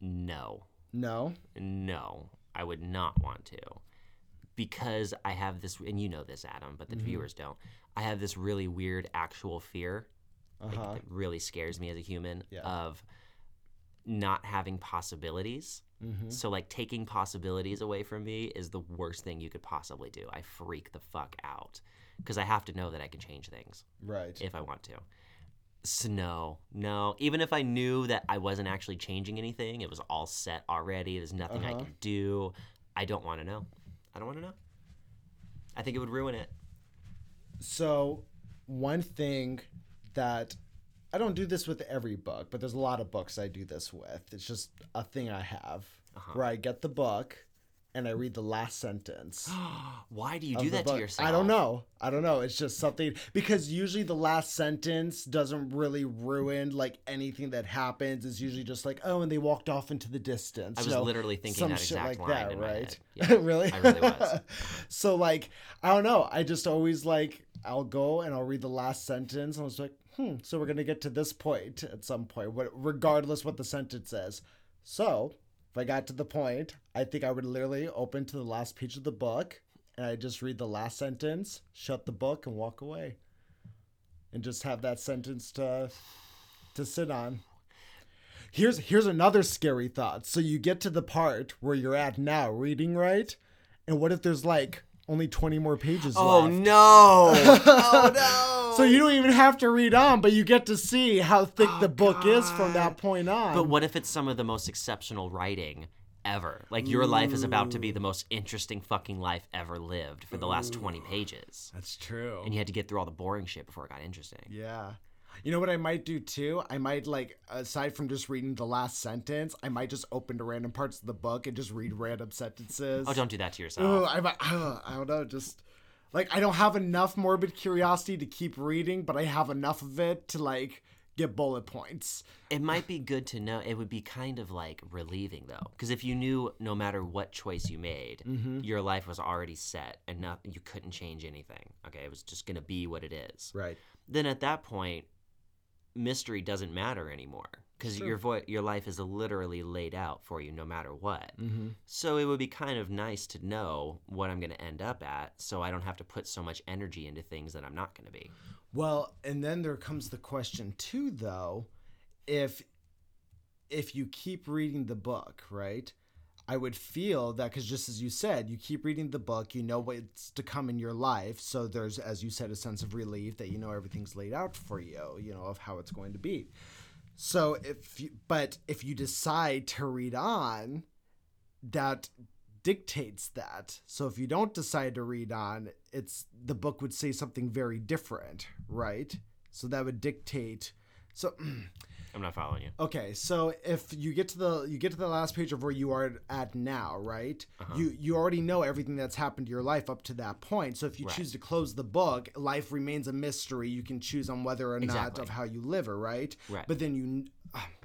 Speaker 2: no.
Speaker 1: No.
Speaker 2: No, I would not want to. Because I have this, and you know this, Adam, but the viewers don't. I have this really weird actual fear
Speaker 1: Uh
Speaker 2: like,
Speaker 1: huh.
Speaker 2: that really scares me as a human
Speaker 1: Yeah.
Speaker 2: of not having possibilities.
Speaker 1: hmm
Speaker 2: So, like, taking possibilities away from me is the worst thing you could possibly do. I freak the fuck out because I have to know that I can change things
Speaker 1: Right.
Speaker 2: if I want to. Snow. No. Even if I knew that I wasn't actually changing anything, it was all set already, there's nothing I
Speaker 1: Uh-huh.
Speaker 2: can do. I don't want to know. I don't want to know. I think it would ruin it.
Speaker 1: So, one thing that I don't do this with every book, but there's a lot of books I do this with. It's just a thing I have
Speaker 2: Uh-huh.
Speaker 1: where I get the book and I read the last sentence.
Speaker 2: Why do you
Speaker 1: of
Speaker 2: do
Speaker 1: the
Speaker 2: that
Speaker 1: book.
Speaker 2: to yourself?
Speaker 1: I don't know. I don't know. It's just something because usually the last sentence doesn't really ruin like anything that happens. It's usually just like, oh, and they walked off into the distance.
Speaker 2: I
Speaker 1: you
Speaker 2: was
Speaker 1: know,
Speaker 2: literally thinking
Speaker 1: some
Speaker 2: that
Speaker 1: shit
Speaker 2: exact
Speaker 1: like
Speaker 2: line
Speaker 1: that,
Speaker 2: in my
Speaker 1: right?
Speaker 2: head. Yeah,
Speaker 1: really?
Speaker 2: I really was.
Speaker 1: so like, I don't know. I just always like I'll go and I'll read the last sentence. And I was like, hmm. So we're gonna get to this point at some point, what- regardless what the sentence says. So if I got to the point, I think I would literally open to the last page of the book and I just read the last sentence, shut the book, and walk away, and just have that sentence to to sit on. Here's here's another scary thought. So you get to the part where you're at now, reading right, and what if there's like only 20 more pages
Speaker 2: Oh,
Speaker 1: left?
Speaker 2: no. oh, no.
Speaker 1: So you don't even have to read on, but you get to
Speaker 2: Oh,
Speaker 1: see how thick the book is from that point on.
Speaker 2: But what if it's some of the most exceptional writing ever. Like your life is about to be the most interesting fucking life ever lived for the last 20 pages.
Speaker 1: That's true.
Speaker 2: And you had to get through all the boring shit before it got interesting.
Speaker 1: Yeah. You know what I might do too? I might like aside from just reading the last sentence, I might just open to random parts of the book and just read random sentences.
Speaker 2: Oh, don't do that to
Speaker 1: Ooh,
Speaker 2: yourself.
Speaker 1: I, might- uh, I don't know. Just like I don't have enough morbid curiosity to keep reading, but I have enough of it to like get bullet points.
Speaker 2: It might be good to know. It would be kind of like relieving though, because if you knew no matter what choice you made,
Speaker 1: Mm-hmm.
Speaker 2: your life was already set and not you couldn't change anything. Okay, it was just gonna be what it is.
Speaker 1: Right.
Speaker 2: then at that point, mystery doesn't matter anymore because your vo- your life is literally laid out for you, no matter what.
Speaker 1: Mm-hmm.
Speaker 2: So it would be kind of nice to know what I'm going to end up at, so I don't have to put so much energy into things that I'm not going to be.
Speaker 1: Well, and then there comes the question too, though, if if you keep reading the book, right? I would feel that because just as you said, you keep reading the book, you know what's to come in your life. So there's, as you said, a sense of relief that you know everything's laid out for you, you know, of how it's going to be. So if you, but if you decide to read on, that dictates that. So if you don't decide to read on, it's the book would say something very different, right? So that would dictate. So
Speaker 2: I'm not following you.
Speaker 1: okay, so if you get to the you get to the last page of where you are at now, right?
Speaker 2: Uh-huh.
Speaker 1: You you already know everything that's happened to your life up to that point. So if you
Speaker 2: Right.
Speaker 1: choose to close the book, life remains a mystery. You can choose on whether or not
Speaker 2: Exactly.
Speaker 1: of how you live, or right?
Speaker 2: Right.
Speaker 1: But then you.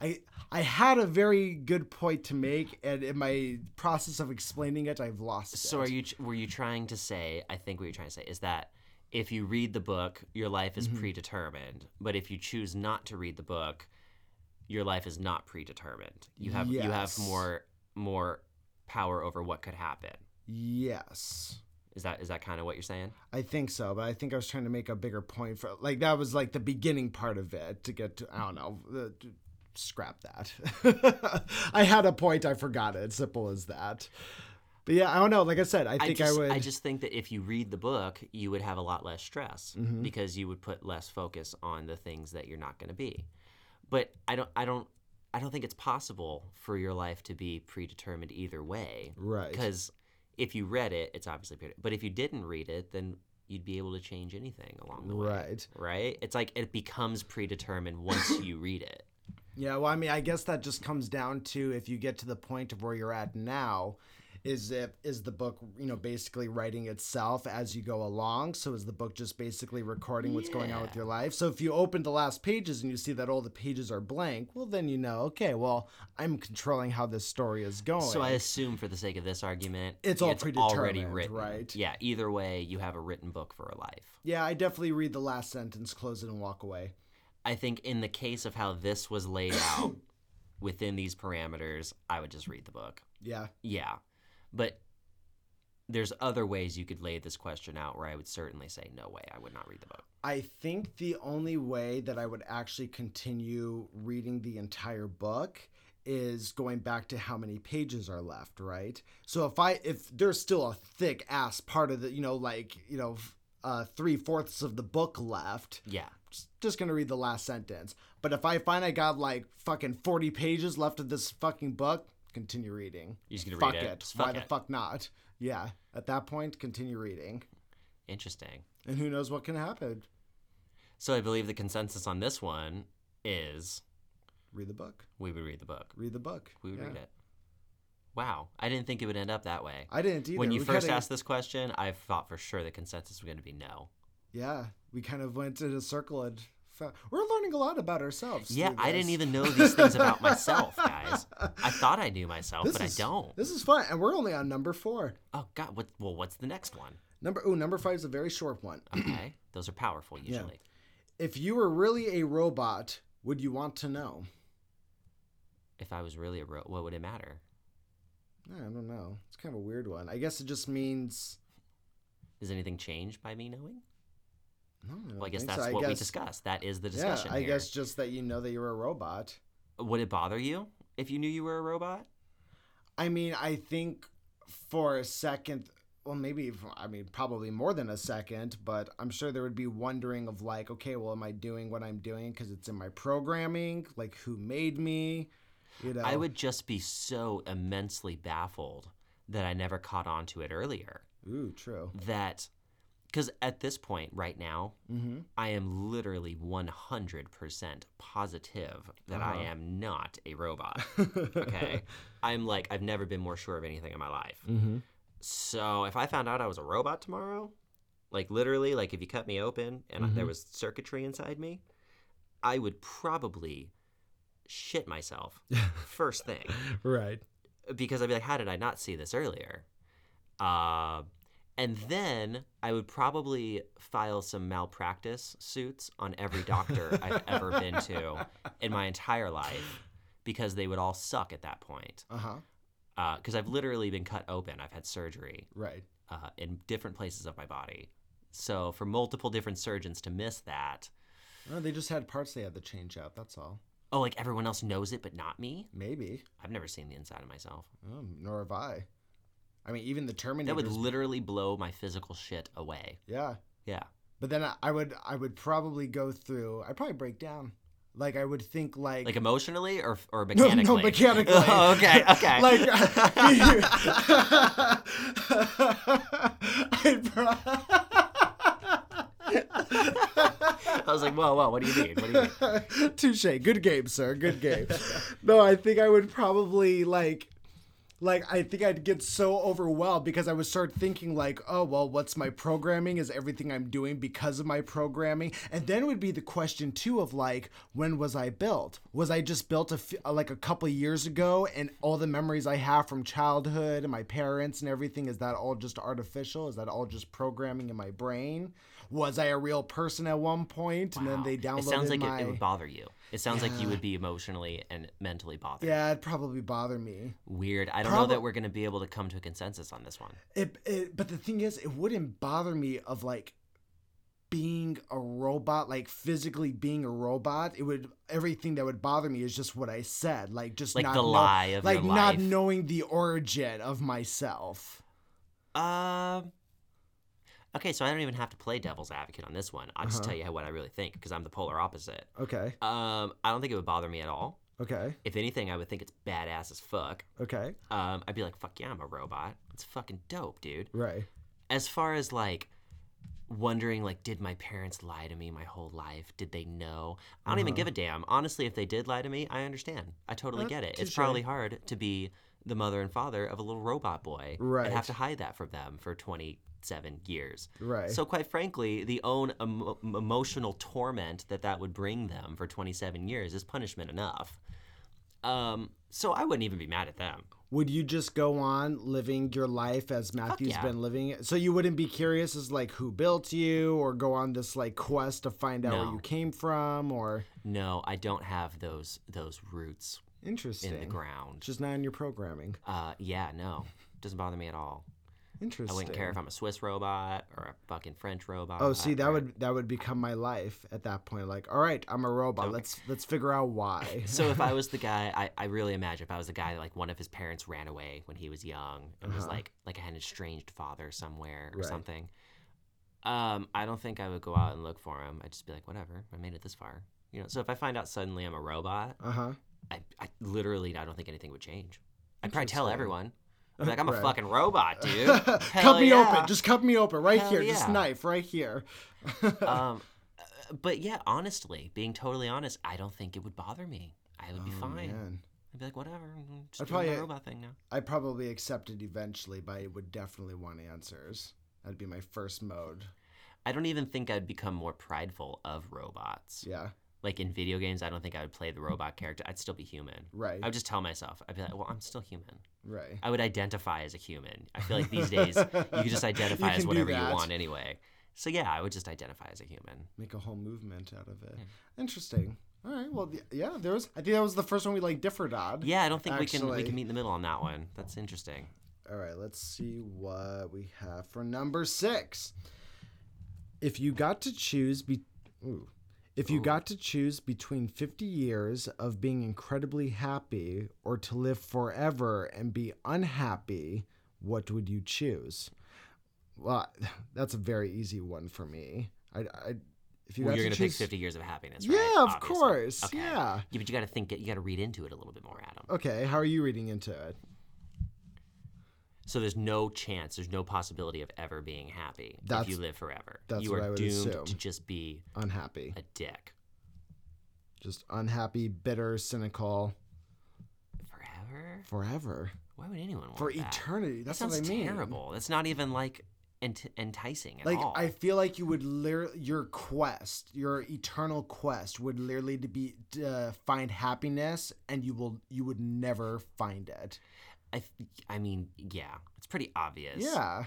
Speaker 1: I, I had a very good point to make, and in my process of explaining it, I've lost it.
Speaker 2: So are you? Were you trying to say? I think what you're trying to say is that if you read the book, your life is
Speaker 1: Mm-hmm.
Speaker 2: predetermined. But if you choose not to read the book, your life is not predetermined. You have you have
Speaker 1: Yes.
Speaker 2: more more power over what could happen.
Speaker 1: Yes.
Speaker 2: Is that is that kind of what you're saying?
Speaker 1: I think so, but I think I was trying to make a bigger point for like that was like the beginning part of it to get to I don't know, uh, to- scrap that. I had a point, I forgot it. Simple as that. But yeah, I don't know. Like I said, I
Speaker 2: I
Speaker 1: think I,
Speaker 2: just,
Speaker 1: would.
Speaker 2: just think that if you read the book, you would have a lot less stress
Speaker 1: Mm-hmm.
Speaker 2: because you would put less focus on the things that you're not going to be. But I don't I don't I don't think it's possible for your life to be predetermined either way.
Speaker 1: Right.
Speaker 2: Because if you read it, it's obviously pre- but if you didn't read it, then you'd be able to change anything along the way.
Speaker 1: right.
Speaker 2: Right? It's like it becomes predetermined once you read it.
Speaker 1: Yeah, well, I mean, I guess that just comes down to if you get to the point of where you're at now, is if is the book you know basically writing itself as you go along? So is the book just basically recording what's going on with your life? So if you open the last pages and you see that all the pages are blank, well then you know, okay, well I'm controlling how this story is going.
Speaker 2: So I assume, for the sake of this argument,
Speaker 1: Oh, It's all
Speaker 2: already
Speaker 1: predetermined,
Speaker 2: written,
Speaker 1: right?
Speaker 2: Yeah. Either way, you have a written book for a life.
Speaker 1: yeah, I definitely read the last sentence, close it, and walk away.
Speaker 2: I think in the case of how this was laid out within these parameters, I would just read the book.
Speaker 1: Yeah,
Speaker 2: Yeah, but there's other ways you could lay this question out where I would certainly say, no way, I would not read the book.
Speaker 1: I think the only way that I would actually continue reading the entire book is going back to how many pages are left, right? So if I if there's still a thick ass part of the, you know, like you know, f- uh, three fourths of the book left,
Speaker 2: Yeah,
Speaker 1: just- just gonna read the last sentence. But if I find I got like fucking forty pages left of this fucking book, continue reading.
Speaker 2: You're just gonna
Speaker 1: fuck
Speaker 2: read it.
Speaker 1: it.
Speaker 2: Just
Speaker 1: Why
Speaker 2: fuck
Speaker 1: the
Speaker 2: it.
Speaker 1: fuck not? Yeah. At that point, continue reading,
Speaker 2: interesting.
Speaker 1: and who knows what can happen.
Speaker 2: So I believe the consensus on this one is
Speaker 1: Read the book.
Speaker 2: we would read the book.
Speaker 1: Read the book.
Speaker 2: We would
Speaker 1: Yeah.
Speaker 2: read it. Wow, I didn't think it would end up that way.
Speaker 1: I didn't either.
Speaker 2: When you
Speaker 1: We
Speaker 2: 1st
Speaker 1: kinda-
Speaker 2: asked this question, I thought for sure the consensus was going to be no.
Speaker 1: yeah, we kind of went in a circle and found, we're learning a lot about ourselves.
Speaker 2: Yeah,
Speaker 1: through
Speaker 2: I
Speaker 1: this.
Speaker 2: didn't even know these things about myself, guys. I thought I knew myself,
Speaker 1: This
Speaker 2: but
Speaker 1: is-
Speaker 2: I don't.
Speaker 1: This is fun, and we're only on number four.
Speaker 2: Oh God, what? Well, what's the next one?
Speaker 1: Number oh, number five is a very short one.
Speaker 2: Okay, those are powerful usually.
Speaker 1: If you were really a robot, would you want to know?
Speaker 2: If I was really a ro what would it matter?
Speaker 1: I don't know. It's kind of a weird one. I guess it just means.
Speaker 2: Does anything change by me knowing?
Speaker 1: No, I, don't
Speaker 2: Well, I guess
Speaker 1: think
Speaker 2: that's
Speaker 1: so. I
Speaker 2: what we
Speaker 1: guess-
Speaker 2: discussed. That is the
Speaker 1: Yeah,
Speaker 2: discussion.
Speaker 1: I
Speaker 2: here.
Speaker 1: guess just that you know that you're a robot.
Speaker 2: Would it bother you if you knew you were a robot?
Speaker 1: I mean, I think for a second, well, maybe, if- I mean, probably more than a second, but I'm sure there would be wondering of like, okay, well, am I doing what I'm doing because it's in my programming? Like, who made me? You know,
Speaker 2: I would just be so immensely baffled that I never caught on to it earlier.
Speaker 1: Ooh, true.
Speaker 2: That, because at this point right now,
Speaker 1: Mm-hmm.
Speaker 2: I am literally 100% positive that
Speaker 1: Uh-huh.
Speaker 2: I am not a robot. Okay. I'm like, I've never been more sure of anything in my life.
Speaker 1: mm-hmm.
Speaker 2: So if I found out I was a robot tomorrow, like literally, like if you cut me open and there was circuitry inside me, I would probably shit myself first thing
Speaker 1: Right.
Speaker 2: because I'd be like, how did I not see this earlier? Uh, and then I would probably file some malpractice suits on every doctor I've ever been to in my entire life because they would all suck at that point.
Speaker 1: Uh huh.
Speaker 2: Because I've literally been cut open, I've had surgery
Speaker 1: Right.
Speaker 2: uh, in different places of my body. So for multiple different surgeons to miss that,
Speaker 1: Well, they just had parts they had to change out. That's all.
Speaker 2: oh, like everyone else knows it but not me.
Speaker 1: Maybe.
Speaker 2: I've never seen the inside of myself.
Speaker 1: Oh, nor have I. I mean, even the Terminator.
Speaker 2: That would literally blow my physical shit away.
Speaker 1: yeah.
Speaker 2: Yeah.
Speaker 1: But then I, I would. I would probably go through. I'd probably break down. Like I would think like.
Speaker 2: Like emotionally or or
Speaker 1: no,
Speaker 2: mechanically?
Speaker 1: no, mechanically.
Speaker 2: Oh, okay, okay.
Speaker 1: like, I'd pro-
Speaker 2: I was like, whoa, whoa, what do you mean? What do you mean?
Speaker 1: Touche. Good game, sir. Good game. no, I think I would probably like like I think I'd get so overwhelmed because I would start thinking like, oh well, what's my programming? Is everything I'm doing because of my programming? And then would be the question too of like, when was I built? Was I just built a f- like a couple years ago, and all the memories I have from childhood and my parents and everything is that all just artificial? Is that all just programming in my brain? Was I a real person at one point, and then
Speaker 2: Wow.
Speaker 1: they downloaded
Speaker 2: It sounds like
Speaker 1: my?
Speaker 2: it, it would bother you. It sounds like you would be emotionally and mentally bothered.
Speaker 1: yeah, it'd probably bother me.
Speaker 2: Weird. I don't know
Speaker 1: Probab-
Speaker 2: that we're going to be able to come to a consensus on this one.
Speaker 1: It, it, but the thing is, it wouldn't bother me of like being a robot, like physically being a robot. It would everything that would bother me is just what I said, like just
Speaker 2: Like
Speaker 1: not
Speaker 2: the
Speaker 1: know-
Speaker 2: lie of
Speaker 1: like
Speaker 2: your
Speaker 1: not
Speaker 2: life.
Speaker 1: knowing the origin of myself.
Speaker 2: Um. Okay, so I don't even have to play devil's advocate on this one. I'll just
Speaker 1: Uh-huh.
Speaker 2: tell you what I really think because I'm the polar opposite.
Speaker 1: Okay,
Speaker 2: Um, I don't think it would bother me at all.
Speaker 1: okay,
Speaker 2: If anything, I would think it's badass as fuck.
Speaker 1: okay,
Speaker 2: Um, I'd be like, fuck yeah, I'm a robot. It's fucking dope, dude.
Speaker 1: right,
Speaker 2: As far as like wondering, like, did my parents lie to me my whole life? Did they know? I don't
Speaker 1: Uh-huh.
Speaker 2: even give a damn. Honestly, if they did lie to me, I understand. I totally
Speaker 1: Uh,
Speaker 2: get it. It's
Speaker 1: touche.
Speaker 2: probably hard to be the mother and father of a little robot boy
Speaker 1: Right.
Speaker 2: and have to hide that from them for 27 years.
Speaker 1: right.
Speaker 2: So, quite frankly, the own emo emotional torment that that would bring them for 27 years is punishment enough. Um, so, I wouldn't even be mad at them.
Speaker 1: would you just go on living your life as Matthew's
Speaker 2: yeah.
Speaker 1: been living? it? So you wouldn't be curious as like who built you, or go on this like quest to find out where
Speaker 2: No.
Speaker 1: you came from, or
Speaker 2: No, I don't have those those roots
Speaker 1: interesting.
Speaker 2: in the ground.
Speaker 1: Just not in your programming.
Speaker 2: Uh, yeah, no, doesn't bother me at all. I
Speaker 1: Interesting.
Speaker 2: wouldn't care if I'm a Swiss robot or a fucking French robot.
Speaker 1: Oh, see, that would that would become my life at that point. Like, all right, I'm a robot. Let's let's figure out why.
Speaker 2: So if I was the guy, I, I really imagine if I was the guy that like one of his parents ran away when he was young and was like like I had an estranged father somewhere or
Speaker 1: Uh-huh. Right.
Speaker 2: something. Um, I don't think I would go out and look for him. I'd just be like, whatever, I made it this far, you know. So if I find out suddenly I'm a robot,
Speaker 1: Uh huh.
Speaker 2: I, I literally I don't think anything would change. I'd probably tell
Speaker 1: Interesting.
Speaker 2: everyone. I'd be like I'm a
Speaker 1: Right.
Speaker 2: fucking robot, dude. Hell
Speaker 1: cut me
Speaker 2: yeah.
Speaker 1: open. Just cut me open right
Speaker 2: Hell
Speaker 1: here. Just
Speaker 2: yeah.
Speaker 1: knife right here.
Speaker 2: um, uh, but yeah, honestly, being totally honest, I don't think it would bother me. I would be
Speaker 1: Oh,
Speaker 2: fine.
Speaker 1: man.
Speaker 2: I'd be like, whatever, I'm just
Speaker 1: I'd
Speaker 2: doing my
Speaker 1: probably-
Speaker 2: robot thing now.
Speaker 1: I probably accepted eventually, but I would definitely want answers. That'd be my first mode.
Speaker 2: I don't even think I'd become more prideful of robots.
Speaker 1: Yeah.
Speaker 2: Like in video games, I don't think I would play the robot character. I'd still be human.
Speaker 1: Right.
Speaker 2: I would just tell myself, I'd be like, well, I'm still human.
Speaker 1: right.
Speaker 2: I would identify as a human. I feel like these days you can just identify
Speaker 1: You
Speaker 2: as
Speaker 1: can do
Speaker 2: whatever
Speaker 1: that.
Speaker 2: you want anyway. So yeah, I would just identify as a human.
Speaker 1: Make a whole movement out of it. Interesting. All right. Well, th- yeah. There was. I think that was the first one we like differed on.
Speaker 2: Yeah, I don't think we can we
Speaker 1: Actually-
Speaker 2: can meet in the middle on that one. That's interesting.
Speaker 1: All right, let's see what we have for number six. If you got to choose, be- ooh. if you
Speaker 2: Ooh.
Speaker 1: got to choose between fifty years of being incredibly happy or to live forever and be unhappy, what would you choose? Well, that's a very easy one for me. I, I If you
Speaker 2: well,
Speaker 1: got
Speaker 2: you're
Speaker 1: to
Speaker 2: gonna
Speaker 1: choose,
Speaker 2: pick Fifty Years of Happiness.
Speaker 1: yeah,
Speaker 2: right?
Speaker 1: of
Speaker 2: Obviously.
Speaker 1: course,
Speaker 2: Okay.
Speaker 1: yeah. Oh.
Speaker 2: Yeah, but you got to think it. You got to read into it a little bit more, Adam.
Speaker 1: Okay, how are you reading into it?
Speaker 2: So there's no chance. There's no possibility of ever being happy
Speaker 1: That's-
Speaker 2: if you live forever.
Speaker 1: that's
Speaker 2: you
Speaker 1: what
Speaker 2: are
Speaker 1: I would
Speaker 2: doomed
Speaker 1: assume.
Speaker 2: to just be
Speaker 1: Unhappy,
Speaker 2: a dick
Speaker 1: just unhappy, bitter, cynical
Speaker 2: forever.
Speaker 1: forever
Speaker 2: Why would anyone want
Speaker 1: for
Speaker 2: that?
Speaker 1: eternity.
Speaker 2: That
Speaker 1: That's
Speaker 2: sounds
Speaker 1: what I mean.
Speaker 2: terrible. That's not even like ent- enticing at
Speaker 1: Like
Speaker 2: all.
Speaker 1: I feel like you would literally your quest, your eternal quest, would literally to be to find happiness, and you will you would never find it.
Speaker 2: I, f- I mean, yeah, it's pretty obvious.
Speaker 1: Yeah,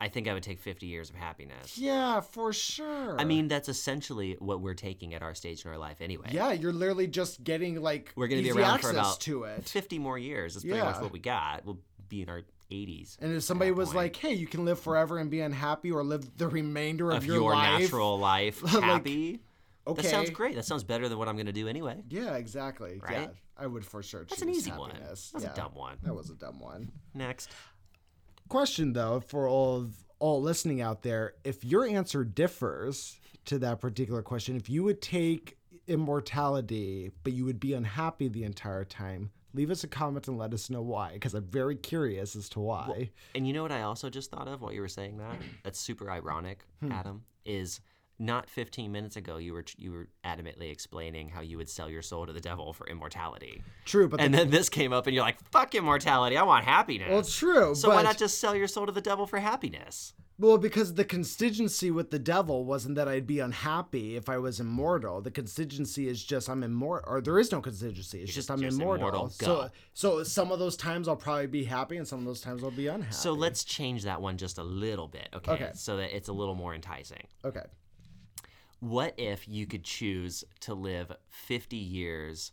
Speaker 2: I think I would take 50 years of happiness.
Speaker 1: yeah, for sure.
Speaker 2: I mean, that's essentially what we're taking at our stage in our life anyway.
Speaker 1: yeah, you're literally just getting like
Speaker 2: We're going to
Speaker 1: easy
Speaker 2: be around
Speaker 1: access
Speaker 2: for about
Speaker 1: to it.
Speaker 2: 50 more years. That's pretty
Speaker 1: Yeah.
Speaker 2: much what we got. We'll be in our 80s.
Speaker 1: And if somebody
Speaker 2: that
Speaker 1: was
Speaker 2: point.
Speaker 1: like, "Hey, you can live forever and be unhappy, or live the remainder of,
Speaker 2: Of
Speaker 1: your,
Speaker 2: your
Speaker 1: life,"
Speaker 2: natural life
Speaker 1: Like,
Speaker 2: happy.
Speaker 1: okay,
Speaker 2: That sounds great. That sounds better than what I'm going to do anyway.
Speaker 1: Yeah, exactly. Yeah,
Speaker 2: Right?
Speaker 1: I would for sure.
Speaker 2: That's an
Speaker 1: choose
Speaker 2: easy
Speaker 1: happiness.
Speaker 2: one. That's
Speaker 1: Yeah,
Speaker 2: a dumb one.
Speaker 1: That was a dumb one.
Speaker 2: Next.
Speaker 1: Question though, for all of all listening out there, if your answer differs to that particular question, if you would take immortality but you would be unhappy the entire time, leave us a comment and let us know why, because I'm very curious as to why.
Speaker 2: And you know what I also just thought of while you were saying that? That's super ironic,
Speaker 1: Hmm.
Speaker 2: Adam. Is not 15 minutes ago you were you were adamantly explaining how you would sell your soul to the devil for immortality,
Speaker 1: True, but
Speaker 2: and then this came up and you're like, "Fuck immortality! I want happiness."
Speaker 1: well, true.
Speaker 2: so
Speaker 1: but,
Speaker 2: why not just sell your soul to the devil for happiness?
Speaker 1: Well, because the constituency with the devil wasn't that I'd be unhappy if I was immortal. The constituency is just I'm immortal, or there is no constituency. It's just, I'm
Speaker 2: just
Speaker 1: immortal.
Speaker 2: immortal,
Speaker 1: So,
Speaker 2: go.
Speaker 1: so some of those times I'll probably be happy, and some of those times I'll be unhappy.
Speaker 2: So let's change that one just a little bit, okay?
Speaker 1: Okay.
Speaker 2: So that it's a little more enticing.
Speaker 1: okay,
Speaker 2: What if you could choose to live 50 years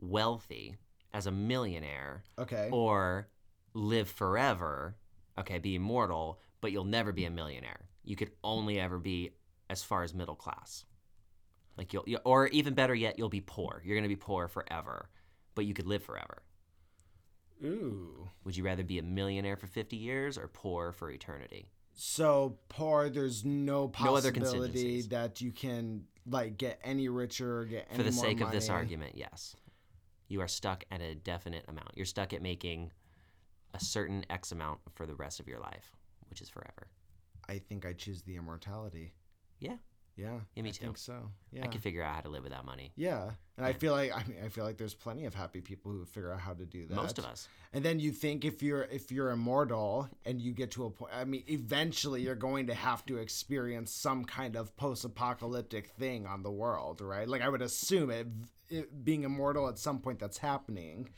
Speaker 2: wealthy as a millionaire?
Speaker 1: okay,
Speaker 2: or live forever, okay, be immortal, but you'll never be a millionaire. You could only ever be as far as middle class. Like you'll, you- or even better yet, you'll be poor. You're gonna be poor forever, but you could live forever.
Speaker 1: ooh.
Speaker 2: Would you rather be a millionaire for 50 years or poor for eternity?
Speaker 1: So poor. There's no
Speaker 2: No other
Speaker 1: possibility
Speaker 2: contingencies.
Speaker 1: that you can like get any richer, or get any
Speaker 2: For the
Speaker 1: more
Speaker 2: sake of this
Speaker 1: money.
Speaker 2: argument, yes. You are stuck at a definite amount. You're stuck at making a certain X amount for the rest of your life, which is forever.
Speaker 1: I think I choose the immortality.
Speaker 2: Yeah.
Speaker 1: Yeah.
Speaker 2: Yeah, me
Speaker 1: I
Speaker 2: too.
Speaker 1: think so. Yeah.
Speaker 2: I could figure out how to live without money.
Speaker 1: Yeah. And I
Speaker 2: Yeah.
Speaker 1: feel like I mean I feel like there's plenty of happy people who figure out how to do that.
Speaker 2: Most of us.
Speaker 1: And then you think if you're if you're immortal and you get to a point I mean eventually you're going to have to experience some kind of post-apocalyptic thing on the world, right? Like I would assume it, it being immortal at some point that's happening.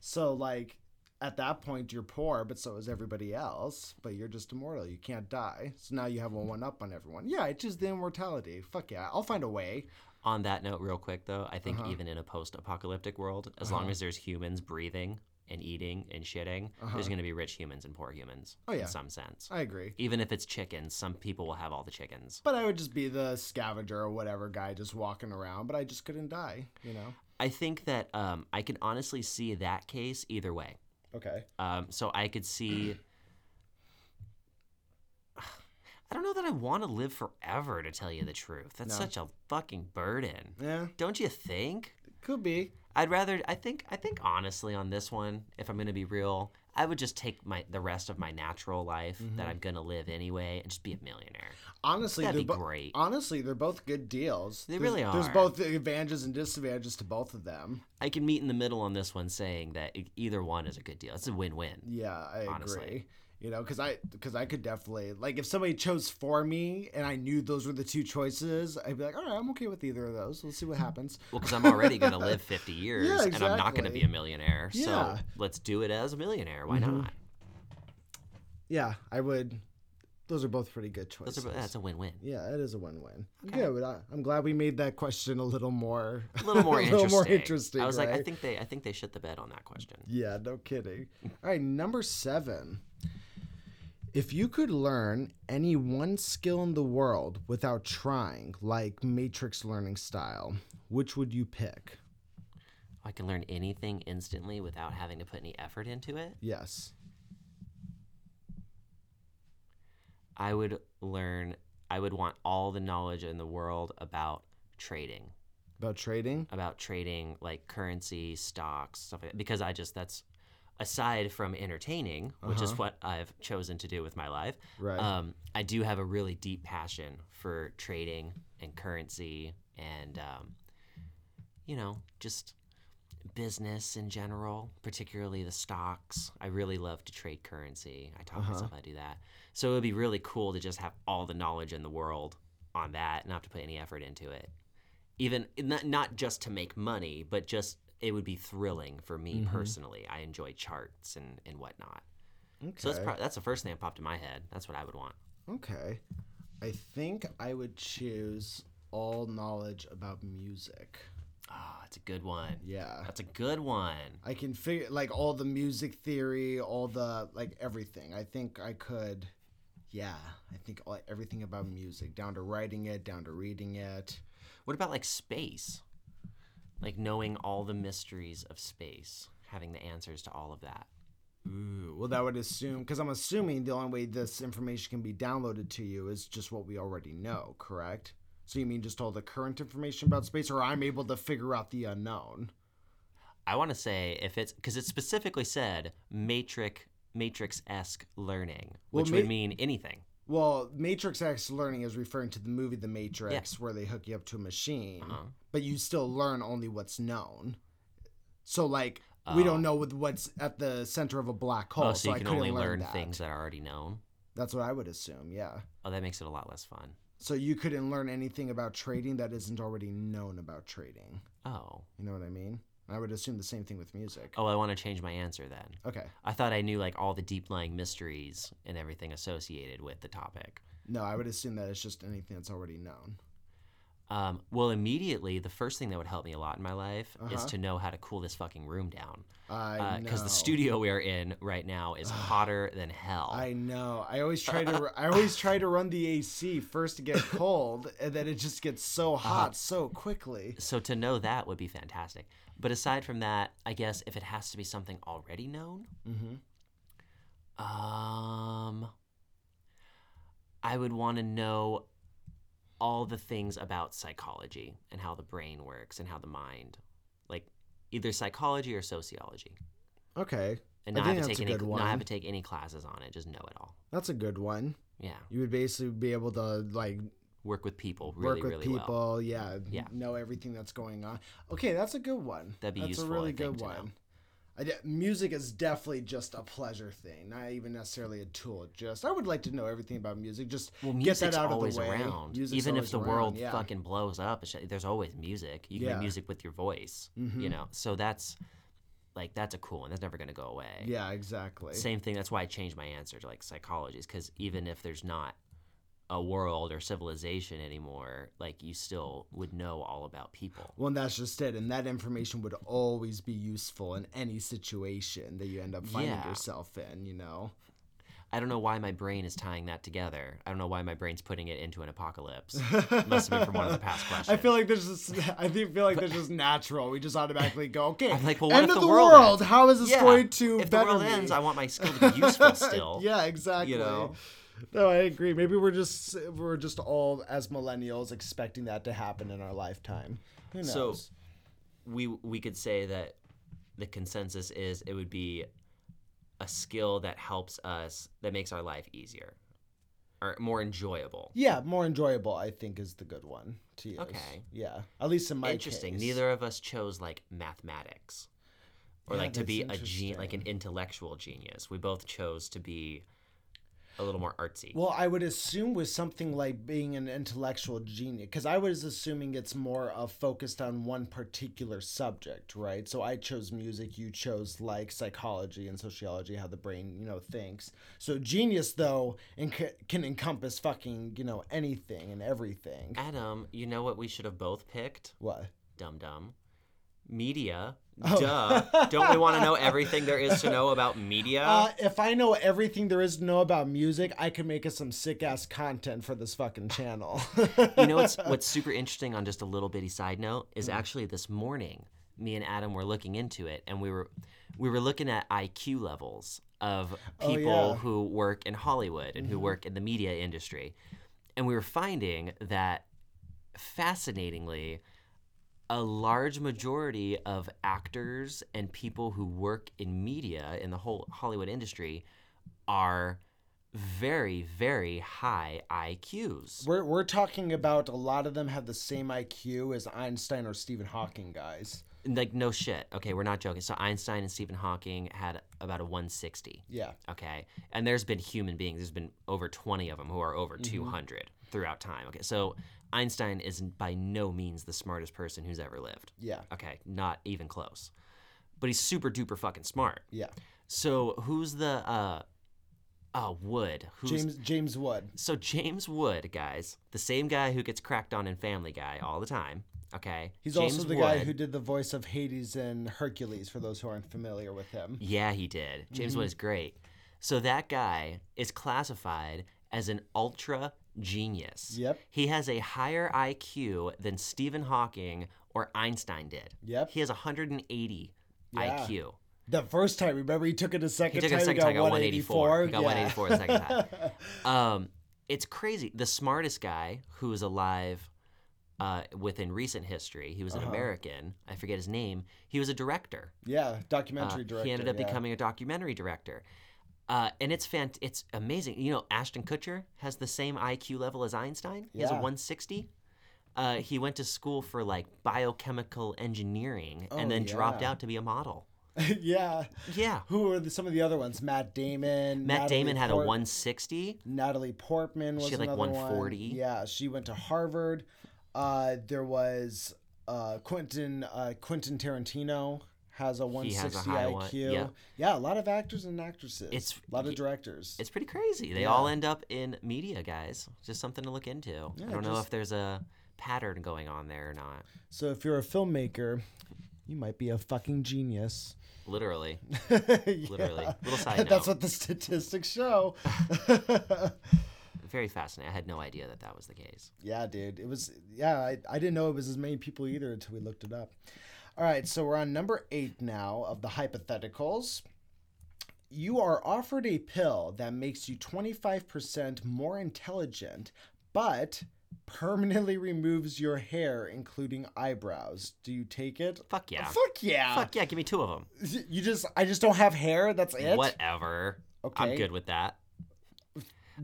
Speaker 1: So like at that point you're poor, but so is everybody else, but you're just immortal. You can't die. So now you have a one up on everyone. Yeah, I choose the immortality. Fuck yeah. I'll find a way.
Speaker 2: On that note, real quick though, I think
Speaker 1: Uh-huh.
Speaker 2: even in a post-apocalyptic world, as long
Speaker 1: Uh-huh.
Speaker 2: as there's humans breathing and eating and shitting,
Speaker 1: Uh-huh.
Speaker 2: there's going to be rich humans and poor humans
Speaker 1: Oh, yeah.
Speaker 2: in some sense.
Speaker 1: I agree.
Speaker 2: Even if it's chickens, some people will have all the chickens.
Speaker 1: But I would just be the scavenger or whatever guy just walking around, but I just couldn't die, you know?
Speaker 2: I think that um, I can honestly see that case either way.
Speaker 1: Okay.
Speaker 2: Um, so I could see. I don't know that I want to live forever, to tell you the truth. That's
Speaker 1: No.
Speaker 2: such a fucking burden,
Speaker 1: Yeah,
Speaker 2: don't you think?
Speaker 1: could be.
Speaker 2: I'd rather I think I think honestly on this one, if I'm gonna be real, I would just take my the rest of my natural life that I'm gonna live anyway and just be a millionaire.
Speaker 1: Honestly,
Speaker 2: That'd
Speaker 1: they're
Speaker 2: be
Speaker 1: bo-
Speaker 2: great.
Speaker 1: Honestly, they're both good deals.
Speaker 2: They
Speaker 1: There's-
Speaker 2: really
Speaker 1: There's
Speaker 2: are.
Speaker 1: both advantages and disadvantages to both of them.
Speaker 2: I can meet in the middle on this one saying that e- either one is a good deal. It's a win-win.
Speaker 1: Yeah, I
Speaker 2: Honestly.
Speaker 1: agree. You know, because I because I could definitely like if somebody chose for me and I knew those were the two choices, I'd be like, all right, I'm okay with either of those. Let's see what happens.
Speaker 2: Well, because I'm already gonna live 50 years
Speaker 1: Yeah,
Speaker 2: and I'm not gonna
Speaker 1: exactly.
Speaker 2: be a millionaire.
Speaker 1: Yeah. Mm-hmm.
Speaker 2: So let's do it as a millionaire. Why not?
Speaker 1: Yeah, I would. Those are both pretty good choices.
Speaker 2: Those are, that's a win-win.
Speaker 1: yeah, it is a win-win.
Speaker 2: Okay.
Speaker 1: Good. I, I'm glad we made that question a little more
Speaker 2: A little more
Speaker 1: a
Speaker 2: interesting.
Speaker 1: little more interesting,
Speaker 2: I was like, I
Speaker 1: right?
Speaker 2: think they I think they shit the bed on that question.
Speaker 1: Yeah, no kidding. All right, number seven. If you could learn any one skill in the world without trying, like Matrix learning style, which would you pick?
Speaker 2: I can learn anything instantly without having to put any effort into it.
Speaker 1: Yes.
Speaker 2: I would learn I would want all the knowledge in the world about trading,
Speaker 1: About trading?
Speaker 2: about trading like currency, stocks, stuff like that. Because I just that's aside from entertaining, which
Speaker 1: Uh-huh.
Speaker 2: is what I've chosen to do with my life.
Speaker 1: Right.
Speaker 2: Um, I do have a really deep passion for trading and currency and um, you know just business in general, particularly the stocks. I really love to trade currency. I
Speaker 1: Uh-huh.
Speaker 2: taught myself how to do that. So it would be really cool to just have all the knowledge in the world on that, not to put any effort into it. Even not, not just to make money, but just it would be thrilling for me
Speaker 1: Mm-hmm.
Speaker 2: personally. I enjoy charts and, and whatnot.
Speaker 1: okay.
Speaker 2: So that's pro- that's the first thing that popped in my head. That's what I would want.
Speaker 1: okay. I think I would choose all knowledge about music.
Speaker 2: Ah, it's a good one.
Speaker 1: Yeah.
Speaker 2: That's a good one.
Speaker 1: I can figure like all the music theory, all the like everything. I think I could yeah, I think all, everything about music, down to writing it, down to reading it.
Speaker 2: What about like space? Like knowing all the mysteries of space, having the answers to all of that.
Speaker 1: Ooh, well, that would assume because I'm assuming the only way this information can be downloaded to you is just what we already know, correct? So you mean just all the current information about space, or I'm able to figure out the unknown?
Speaker 2: I want to say if it's because it specifically said matrix matrix esque learning,
Speaker 1: Well,
Speaker 2: which
Speaker 1: ma-
Speaker 2: would mean anything.
Speaker 1: Well, Matrix X learning is referring to the movie The Matrix, where they hook you up to a machine,
Speaker 2: Uh-huh.
Speaker 1: but you still learn only what's known. So, like, we
Speaker 2: Oh.
Speaker 1: don't know what- what's at the center of a black hole,
Speaker 2: oh, so,
Speaker 1: so,
Speaker 2: you
Speaker 1: I
Speaker 2: can
Speaker 1: couldn't
Speaker 2: only
Speaker 1: learn,
Speaker 2: learn
Speaker 1: that.
Speaker 2: things that are already known.
Speaker 1: That's what I would assume, yeah.
Speaker 2: Oh, that makes it a lot less fun.
Speaker 1: So you couldn't learn anything about trading that isn't already known about trading.
Speaker 2: Oh,
Speaker 1: You know what I mean? I would assume the same thing with music.
Speaker 2: oh, I want to change my answer then.
Speaker 1: Okay.
Speaker 2: I thought I knew like all the deep lying mysteries and everything associated with the topic.
Speaker 1: No, I would assume that it's just anything that's already known.
Speaker 2: Um, well, immediately, the first thing that would help me a lot in my life is
Speaker 1: Uh-huh.
Speaker 2: to know how to cool this fucking room down.
Speaker 1: I know.
Speaker 2: Because Uh, the studio we are in right now is hotter than hell.
Speaker 1: I know. I always try to. I always try to run the AC first to get cold, and then it just gets so
Speaker 2: Uh-huh.
Speaker 1: hot so quickly.
Speaker 2: so to know that would be fantastic. But aside from that, I guess if it has to be something already known,
Speaker 1: Mm-hmm.
Speaker 2: um, I would want to know all the things about psychology and how the brain works and how the mind, like either psychology or sociology,
Speaker 1: Okay,
Speaker 2: and
Speaker 1: I
Speaker 2: not
Speaker 1: think
Speaker 2: have to
Speaker 1: that's
Speaker 2: take
Speaker 1: a
Speaker 2: any
Speaker 1: good
Speaker 2: not
Speaker 1: one.
Speaker 2: have to take any classes on it. Just know it all.
Speaker 1: that's a good one.
Speaker 2: Yeah.
Speaker 1: You would basically be able to like
Speaker 2: work with people
Speaker 1: work
Speaker 2: really,
Speaker 1: with
Speaker 2: really
Speaker 1: people.
Speaker 2: well.
Speaker 1: Yeah,
Speaker 2: Yeah.
Speaker 1: know everything that's going on. Okay, that's a good one.
Speaker 2: That'd be
Speaker 1: that's
Speaker 2: useful,
Speaker 1: a really
Speaker 2: I think,
Speaker 1: good
Speaker 2: to know.
Speaker 1: one. I de- music is definitely just a pleasure thing, not even necessarily a tool. Just I would like to know everything about music. Just
Speaker 2: Well,
Speaker 1: get
Speaker 2: music's
Speaker 1: that out of
Speaker 2: always
Speaker 1: the way.
Speaker 2: around.
Speaker 1: Music's
Speaker 2: Even
Speaker 1: always
Speaker 2: if the
Speaker 1: around,
Speaker 2: world
Speaker 1: yeah.
Speaker 2: fucking blows up, it's- there's always music. You can
Speaker 1: Yeah.
Speaker 2: make music with your voice,
Speaker 1: mm-hmm.
Speaker 2: you know. So that's like that's a cool one. That's never gonna go away.
Speaker 1: yeah, exactly.
Speaker 2: Same thing. That's why I changed my answer to like psychology, because even if there's not a world or civilization anymore, like you still would know all about people.
Speaker 1: Well, and that's just it. And that information would always be useful in any situation that you end up finding
Speaker 2: Yeah.
Speaker 1: yourself in, you know?
Speaker 2: I don't know why my brain is tying that together. I don't know why my brain's putting it into an apocalypse. Must have been from one of the past questions.
Speaker 1: I feel like this is, I think, feel like this is natural. We just automatically go, okay,
Speaker 2: I'm like, well, what
Speaker 1: end of
Speaker 2: if the
Speaker 1: the
Speaker 2: world
Speaker 1: world. How is this going to
Speaker 2: if the
Speaker 1: better
Speaker 2: world
Speaker 1: me?
Speaker 2: ends, I want my skill to be useful still.
Speaker 1: yeah, exactly.
Speaker 2: know?
Speaker 1: No, I agree. Maybe we're just we're just all as millennials expecting that to happen in our lifetime. Who knows?
Speaker 2: So- We we could say that the consensus is it would be a skill that helps us that makes our life easier or more enjoyable.
Speaker 1: yeah, more enjoyable, I think, is the good one to use.
Speaker 2: Okay.
Speaker 1: Yeah, at least in my
Speaker 2: interesting.
Speaker 1: case.
Speaker 2: Neither of us chose like mathematics or
Speaker 1: Yeah,
Speaker 2: like to be a
Speaker 1: that's
Speaker 2: gen like an intellectual genius. We both chose to be a little more artsy.
Speaker 1: Well, I would assume with something like being an intellectual genius, because I was assuming it's more of focused on one particular subject, right? So I chose music, you chose like psychology and sociology, how the brain, you know, thinks. So genius, though, enc- can encompass fucking, you know, anything and everything.
Speaker 2: Adam, you know what we should have both picked?
Speaker 1: What?
Speaker 2: Dum Dum. Media. Duh. Don't we want to know everything there is to know about media?
Speaker 1: Uh, if I know everything there is to know about music, I can make us some sick ass content for this fucking channel.
Speaker 2: you know what's what's super interesting on just a little bitty side note is
Speaker 1: Mm-hmm.
Speaker 2: actually this morning me and Adam were looking into it and we were we were looking at IQ levels of
Speaker 1: Oh,
Speaker 2: people
Speaker 1: yeah. Mm-hmm.
Speaker 2: who work in Hollywood and who work in the media industry. and we were finding that fascinatingly a large majority of actors and people who work in media in the whole Hollywood industry are very very high IQs.
Speaker 1: We're we're talking about a lot of them have the same IQ as Einstein or Stephen Hawking guys.
Speaker 2: Like no shit. Okay, we're not joking. So Einstein and Stephen Hawking had about a 160.
Speaker 1: Yeah.
Speaker 2: Okay. And there's been human beings, there's been over 20 of them who are over
Speaker 1: Mm-hmm.
Speaker 2: 200 throughout time. Okay. So Einstein is by no means the smartest person who's ever lived.
Speaker 1: Yeah.
Speaker 2: Okay. Not even close. But he's super duper fucking smart.
Speaker 1: Yeah.
Speaker 2: So who's the, uh, oh, Wood. Who's,
Speaker 1: James James Wood.
Speaker 2: So James Wood, guys, the same guy who gets cracked on in Family Guy all the time. Okay.
Speaker 1: He's
Speaker 2: James
Speaker 1: also the guy
Speaker 2: Wood-
Speaker 1: who did the voice of Hades in Hercules for those who aren't familiar with him.
Speaker 2: Yeah, he did. James
Speaker 1: Mm-hmm.
Speaker 2: Wood is great. So that guy is classified as an ultra genius.
Speaker 1: Yep.
Speaker 2: He has a higher IQ than Stephen Hawking or Einstein did.
Speaker 1: Yep.
Speaker 2: He has 180
Speaker 1: Yeah.
Speaker 2: IQ.
Speaker 1: The first time, remember he took it a second
Speaker 2: He took it
Speaker 1: time.
Speaker 2: a second time,
Speaker 1: he got
Speaker 2: got 184. He got
Speaker 1: 184.
Speaker 2: 184 the second time. Um, it's crazy. The smartest guy who is alive uh, within recent history, he was
Speaker 1: Uh-huh.
Speaker 2: an American. I forget his name. He was a director.
Speaker 1: Yeah. yeah,
Speaker 2: Uh,
Speaker 1: documentary director.
Speaker 2: he ended up
Speaker 1: yeah.
Speaker 2: becoming a documentary director. Uh, and it's fant- it's amazing. You know, Ashton Kutcher has the same IQ level as Einstein. He has a
Speaker 1: Yeah.
Speaker 2: 160. Uh, he went to school for like biochemical engineering
Speaker 1: Oh,
Speaker 2: and then dropped
Speaker 1: yeah.
Speaker 2: out to be a model.
Speaker 1: yeah.
Speaker 2: Yeah.
Speaker 1: Who are the, some of the other ones? Matt Damon.
Speaker 2: Matt
Speaker 1: Natalie
Speaker 2: Damon had a
Speaker 1: Port-
Speaker 2: 160.
Speaker 1: Natalie Portman was
Speaker 2: had, like,
Speaker 1: another
Speaker 2: 140.
Speaker 1: One. Yeah, she went to Harvard. Uh, there was uh, Quentin uh, Quentin Tarantino has a
Speaker 2: He has a
Speaker 1: 160
Speaker 2: high
Speaker 1: IQ.
Speaker 2: one, yeah.
Speaker 1: Yeah, a lot of actors and actresses.
Speaker 2: It's-
Speaker 1: a lot of directors.
Speaker 2: It's pretty crazy. They
Speaker 1: Yeah.
Speaker 2: all end up in media, guys. Just something to look into. I don't know
Speaker 1: just-
Speaker 2: if there's a pattern going on there or not.
Speaker 1: so if you're a filmmaker, you might be a fucking genius.
Speaker 2: Literally.
Speaker 1: Literally.
Speaker 2: Little side
Speaker 1: That's
Speaker 2: note.
Speaker 1: what the statistics show.
Speaker 2: Very fascinating. I had no idea that that was the case.
Speaker 1: yeah, dude. It was, yeah, I, I didn't know it was as many people either until we looked it up. All right, so we're on number eight now of the hypotheticals. You are offered a pill that makes you 25% more intelligent, but permanently removes your hair, including eyebrows. Do you take it?
Speaker 2: Fuck yeah.
Speaker 1: Fuck yeah.
Speaker 2: Fuck yeah. Give me two of them.
Speaker 1: You just, I just don't have hair. That's it.
Speaker 2: Whatever.
Speaker 1: Okay.
Speaker 2: I'm good with that.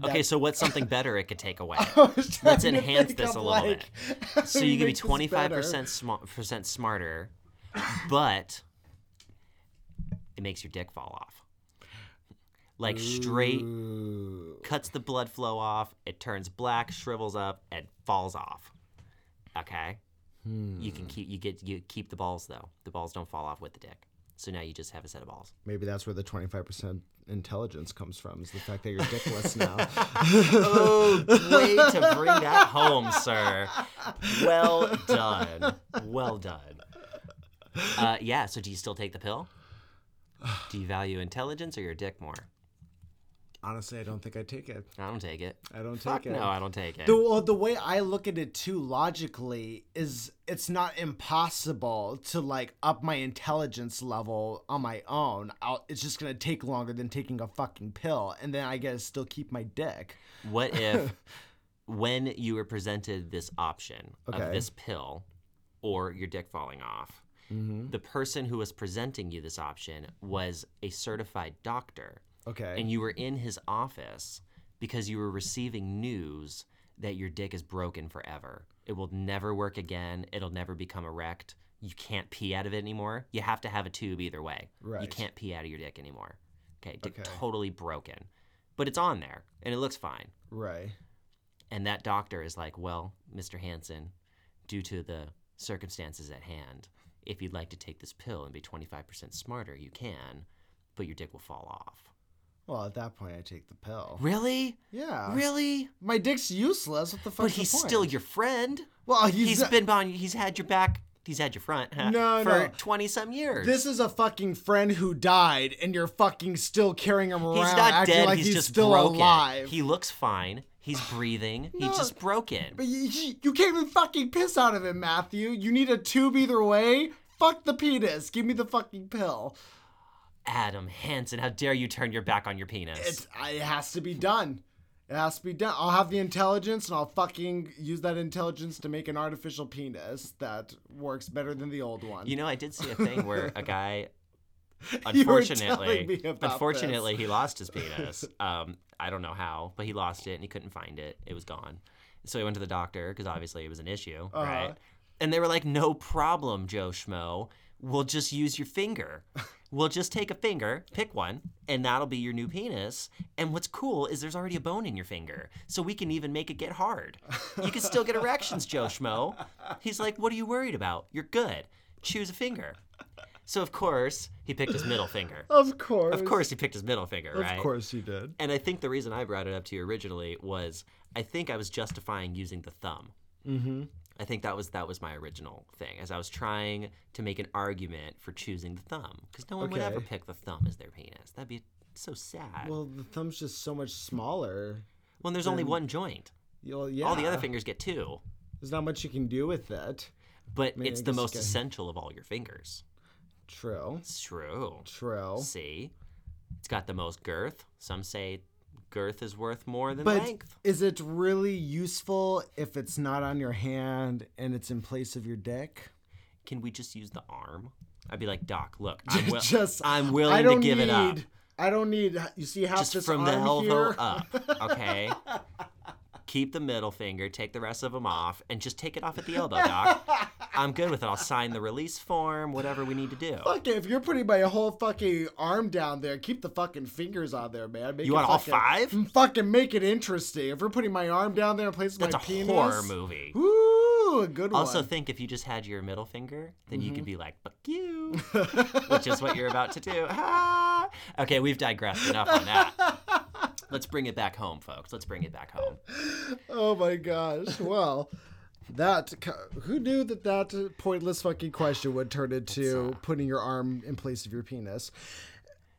Speaker 2: Okay, so what's something better it could take away?
Speaker 1: Let's
Speaker 2: enhance this a little
Speaker 1: bit.
Speaker 2: So you could be 25% sma- percent smarter, but it makes your dick fall off. Like straight cuts the blood flow off, it turns black, shrivels up, and falls off. Okay?
Speaker 1: Hmm.
Speaker 2: You can keep you get you keep the balls though. The balls don't fall off with the dick. So now you just have a set of balls.
Speaker 1: Maybe that's where the 25% intelligence comes from, is the fact that you're dickless now.
Speaker 2: Oh, way to bring that home, sir. Well done. Well done. Uh, yeah, so do you still take the pill? Do you value intelligence or your dick more?
Speaker 1: Honestly, I don't think I take it.
Speaker 2: I don't take it.
Speaker 1: I don't take
Speaker 2: Fuck
Speaker 1: it.
Speaker 2: no, I don't take it.
Speaker 1: The, well, the way I look at it too logically is it's not impossible to like up my intelligence level on my own. I'll, it's just gonna take longer than taking a fucking pill, and then I gotta still keep my dick.
Speaker 2: What if when you were presented this option
Speaker 1: Okay.
Speaker 2: of this pill or your dick falling off,
Speaker 1: Mm-hmm.
Speaker 2: the person who was presenting you this option was a certified doctor
Speaker 1: Okay.
Speaker 2: and you were in his office because you were receiving news that your dick is broken forever. It will never work again. It'll never become erect. You can't pee out of it anymore. You have to have a tube either way. You
Speaker 1: Right.
Speaker 2: can't pee out of your dick anymore. Okay, dick
Speaker 1: Okay.
Speaker 2: totally broken. But it's on there and it looks fine.
Speaker 1: right.
Speaker 2: And that doctor is like, well, Mr. Hansen, due to the circumstances at hand, if you'd like to take this pill and be 25% smarter, you can, but your dick will fall off.
Speaker 1: Well, at that point, I take the pill.
Speaker 2: Really?
Speaker 1: Yeah.
Speaker 2: Really?
Speaker 1: My dick's useless. What the fuck?
Speaker 2: But he's still your friend.
Speaker 1: Well,
Speaker 2: He's
Speaker 1: he's. not-
Speaker 2: been on. He's had your back. He's had your front. Huh,
Speaker 1: No,
Speaker 2: for
Speaker 1: no.
Speaker 2: twenty some years.
Speaker 1: this is a fucking friend who died, and you're fucking still carrying him around,
Speaker 2: he's not
Speaker 1: acting
Speaker 2: dead.
Speaker 1: like
Speaker 2: he's,
Speaker 1: he's,
Speaker 2: just
Speaker 1: still
Speaker 2: broken.
Speaker 1: alive.
Speaker 2: He looks fine. He's breathing. He's just broken.
Speaker 1: But you, you- you can't even fucking piss out of it, Matthew. You need a tube either way. Fuck the penis. Give me the fucking pill.
Speaker 2: Adam Hansen, how dare you turn your back on your penis?
Speaker 1: It's, it has to be done. It has to be done. I'll have the intelligence and I'll fucking use that intelligence to make an artificial penis that works better than the old one.
Speaker 2: You know, I did see a thing where a guy,
Speaker 1: You were telling
Speaker 2: unfortunately,
Speaker 1: me about this.
Speaker 2: unfortunately, he lost his penis. Um, I don't know how, but he lost it and he couldn't find it. It was gone. So he went to the doctor because obviously it was an issue,
Speaker 1: Uh-huh.
Speaker 2: right? And they were like, "No problem, Joe Schmo. We'll just use your finger. We'll just take a finger, pick one, and that'll be your new penis. And what's cool is there's already a bone in your finger, so we can even make it get hard. You can still get erections, Joe Schmo." He's like, "What are you worried about? You're good. Choose a finger." So of course he picked his middle finger.
Speaker 1: Of course.
Speaker 2: Of course he picked his middle finger, right?
Speaker 1: Of course you did.
Speaker 2: And I think the reason I brought it up to you originally was I think I was justifying using the thumb.
Speaker 1: Mm-hmm.
Speaker 2: I think that was that was my original thing, as I was trying to make an argument for choosing the thumb, because no one would ever
Speaker 1: Okay.
Speaker 2: pick the thumb as their penis. That'd be so sad.
Speaker 1: Well,
Speaker 2: Well,
Speaker 1: the thumb's just so much smaller.
Speaker 2: when there's only
Speaker 1: then-
Speaker 2: one joint,
Speaker 1: You'll, yeah.
Speaker 2: all the other fingers get two,
Speaker 1: There's not much you can do with it.
Speaker 2: but
Speaker 1: mean, I
Speaker 2: it's the
Speaker 1: guess you
Speaker 2: most
Speaker 1: can-
Speaker 2: essential of all your fingers.
Speaker 1: True.
Speaker 2: It's true.
Speaker 1: True.
Speaker 2: See, it's got the most girth. Some say girth is worth more than
Speaker 1: But
Speaker 2: length.
Speaker 1: is it really useful if it's not on your hand and it's in place of your dick?
Speaker 2: can we just use the arm? I'd be like, Doc, look, I'm, will-
Speaker 1: just
Speaker 2: I'm
Speaker 1: I
Speaker 2: willing to
Speaker 1: don't
Speaker 2: give
Speaker 1: need,
Speaker 2: it up.
Speaker 1: I don't need. You see half
Speaker 2: Just
Speaker 1: this
Speaker 2: from the
Speaker 1: arm
Speaker 2: elbow
Speaker 1: here?
Speaker 2: up, okay? Keep the middle finger, take the rest of them off, and just take it off at the elbow, Doc. I'm good with it. I'll sign the release form, whatever we need to do.
Speaker 1: Fuck it, if you're putting my whole fucking arm down there, keep the fucking fingers on there, man. Make
Speaker 2: You
Speaker 1: it
Speaker 2: want all
Speaker 1: fucking-
Speaker 2: five?
Speaker 1: Mm, Fucking make it interesting. If we're putting my arm down there in place of
Speaker 2: That's
Speaker 1: my
Speaker 2: a
Speaker 1: penis,
Speaker 2: horror movie.
Speaker 1: Ooh, a good
Speaker 2: Also,
Speaker 1: one.
Speaker 2: think if you just had your middle finger, then you
Speaker 1: Mm-hmm.
Speaker 2: could be like, fuck you, which is what you're about to do. Ah. Okay, we've digressed enough on that. Let's bring it back home, folks. Let's bring it back home.
Speaker 1: Oh my gosh. Well, that co- who knew that that pointless fucking question would turn
Speaker 2: uh,
Speaker 1: into putting your arm in place of your penis.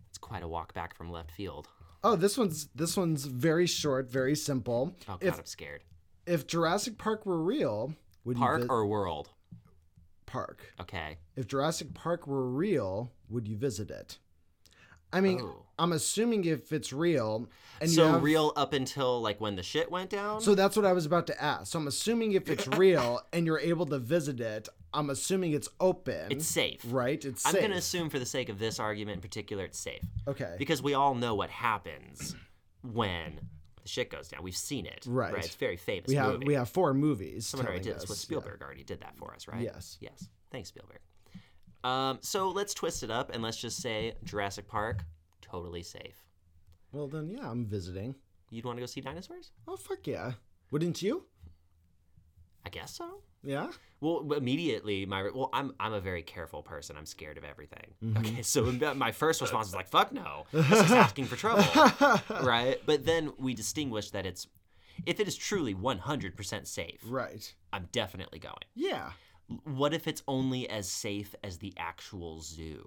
Speaker 2: It's quite a walk back from left field.
Speaker 1: Oh, this one's this one's very short, very simple.
Speaker 2: Oh god,
Speaker 1: if
Speaker 2: I'm scared.
Speaker 1: if Jurassic Park were real, would you
Speaker 2: Park
Speaker 1: vi-
Speaker 2: or world?
Speaker 1: park?
Speaker 2: Okay.
Speaker 1: if Jurassic Park were real, would you visit it? I mean,
Speaker 2: Oh.
Speaker 1: I'm assuming if it's real, and you
Speaker 2: so
Speaker 1: have-
Speaker 2: real up until like when the shit went down.
Speaker 1: So that's what I was about to ask. So I'm assuming if it's real and you're able to visit it, I'm assuming it's open,
Speaker 2: it's safe.
Speaker 1: right? It's
Speaker 2: I'm
Speaker 1: safe.
Speaker 2: gonna assume for the sake of this argument in particular, it's safe
Speaker 1: okay.
Speaker 2: because we all know what happens when the shit goes down. We've seen it.
Speaker 1: Right.
Speaker 2: It's a very famous.
Speaker 1: we have
Speaker 2: movie.
Speaker 1: we have four movies.
Speaker 2: Someone already
Speaker 1: telling
Speaker 2: did this.
Speaker 1: us,
Speaker 2: What
Speaker 1: yeah.
Speaker 2: Spielberg already did that for us, right?
Speaker 1: Yes.
Speaker 2: Yes. Thanks, Spielberg. Um, so let's twist it up and let's just say Jurassic Park, totally safe.
Speaker 1: Well then, yeah, I'm visiting.
Speaker 2: You'd want to go see dinosaurs?
Speaker 1: Oh fuck yeah! Wouldn't you?
Speaker 2: I guess so.
Speaker 1: Yeah.
Speaker 2: Well, immediately my well, I'm I'm a very careful person. I'm scared of everything. Okay, so my first response is like, "Fuck no, this is asking for trouble," right? But then we distinguish that it's if it is truly 100% safe,
Speaker 1: Right.
Speaker 2: I'm definitely going.
Speaker 1: Yeah.
Speaker 2: What if it's only as safe as the actual zoo?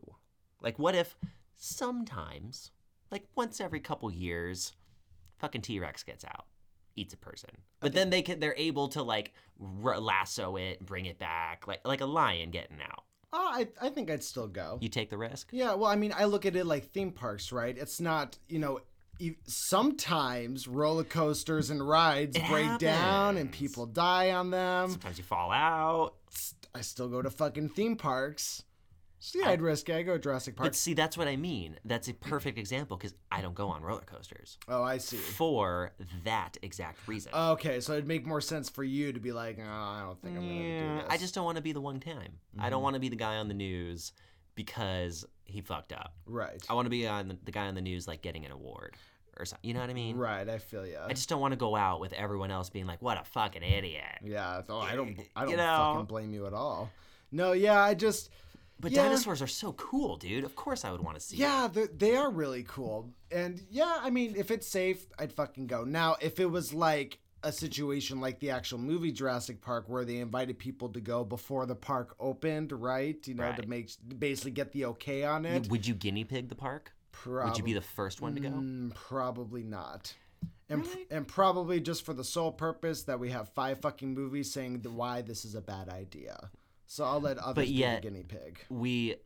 Speaker 2: Like, what if sometimes, like once every couple years, fucking T Rex gets out, eats a person, but then they can they're able to like r- lasso it, bring it back, like like a lion getting out.
Speaker 1: Oh, I I think I'd still go.
Speaker 2: You take the risk.
Speaker 1: Yeah, well, I mean, I look at it like theme parks, right? It's not, you know, e- sometimes roller coasters and rides
Speaker 2: It
Speaker 1: break down and
Speaker 2: happens.
Speaker 1: people die on them.
Speaker 2: Sometimes you fall out.
Speaker 1: St- I still go to fucking theme parks. So yeah, I'd risk it. I go Jurassic Park.
Speaker 2: But see, that's what I mean. That's a perfect example because I don't go on roller coasters
Speaker 1: Oh, I see.
Speaker 2: for that exact reason.
Speaker 1: Okay, so it'd make more sense for you to be like, oh, I don't think I'm gonna do
Speaker 2: Yeah,
Speaker 1: this.
Speaker 2: Mm,
Speaker 1: Mm-hmm.
Speaker 2: I just don't want to be the one time. I don't want to be the guy on the news because he fucked up.
Speaker 1: right,
Speaker 2: I want to be on the, the guy on the news like getting an award or something. You know what I mean?
Speaker 1: right. I feel ya.
Speaker 2: I just don't want to go out with everyone else being like, "What a fucking idiot."
Speaker 1: yeah. Oh, I don't. I don't
Speaker 2: You know.
Speaker 1: fucking blame you at all. No, yeah, I just.
Speaker 2: But
Speaker 1: Yeah.
Speaker 2: dinosaurs are so cool, dude. Of course, I would want to see. it.
Speaker 1: Yeah, they're- they are really cool. And yeah, I mean, if it's safe, I'd fucking go. Now, if it was like a situation like the actual movie Jurassic Park, where they invited people to go before the park opened, right? You know, to
Speaker 2: Right.
Speaker 1: make basically get the okay on
Speaker 2: You-
Speaker 1: it.
Speaker 2: Would you guinea pig the park?
Speaker 1: Probably, Mm.
Speaker 2: Would you be the first one to go?
Speaker 1: probably not. And, pr- and probably just for the sole purpose that we have five fucking movies saying the, why this is a bad idea. So I'll let others be
Speaker 2: yet-
Speaker 1: the guinea pig.
Speaker 2: We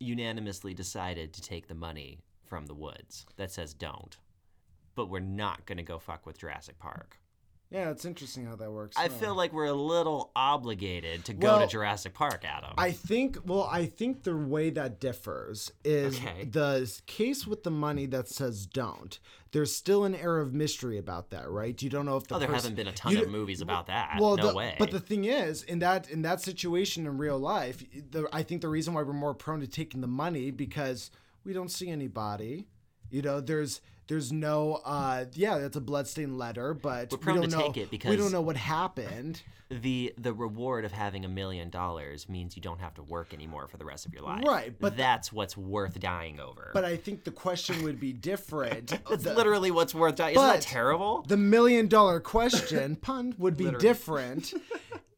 Speaker 2: unanimously decided to take the money from the woods that says don't but we're not going to go fuck with Jurassic Park.
Speaker 1: Yeah, it's interesting how that works. huh?
Speaker 2: I feel like we're a little obligated to go to
Speaker 1: Well,
Speaker 2: Jurassic Park, Adam.
Speaker 1: I think well, I think the way that differs is
Speaker 2: Okay.
Speaker 1: the case with the money that says don't. There's still an air of mystery about that, right? You don't know if the
Speaker 2: oh, there
Speaker 1: person,
Speaker 2: haven't been a ton
Speaker 1: you
Speaker 2: of
Speaker 1: don't-
Speaker 2: movies about that.
Speaker 1: Well,
Speaker 2: no
Speaker 1: the-
Speaker 2: way.
Speaker 1: But the thing is, in that in that situation in real life, the, I think the reason why we're more prone to taking the money because we don't see anybody. You know, there's there's no uh yeah, that's a bloodstained letter, but
Speaker 2: We're prone
Speaker 1: we don't
Speaker 2: to
Speaker 1: know
Speaker 2: take it
Speaker 1: we
Speaker 2: because-
Speaker 1: don't know what happened.
Speaker 2: the the reward of having a million dollars means you don't have to work anymore for the rest of your life.
Speaker 1: Right, but-
Speaker 2: that's what's worth dying over.
Speaker 1: But I think the question would be different.
Speaker 2: that's
Speaker 1: The-
Speaker 2: literally what's worth dying. Isn't that
Speaker 1: But-
Speaker 2: terrible?
Speaker 1: the million dollar question pun would be
Speaker 2: Literally.
Speaker 1: different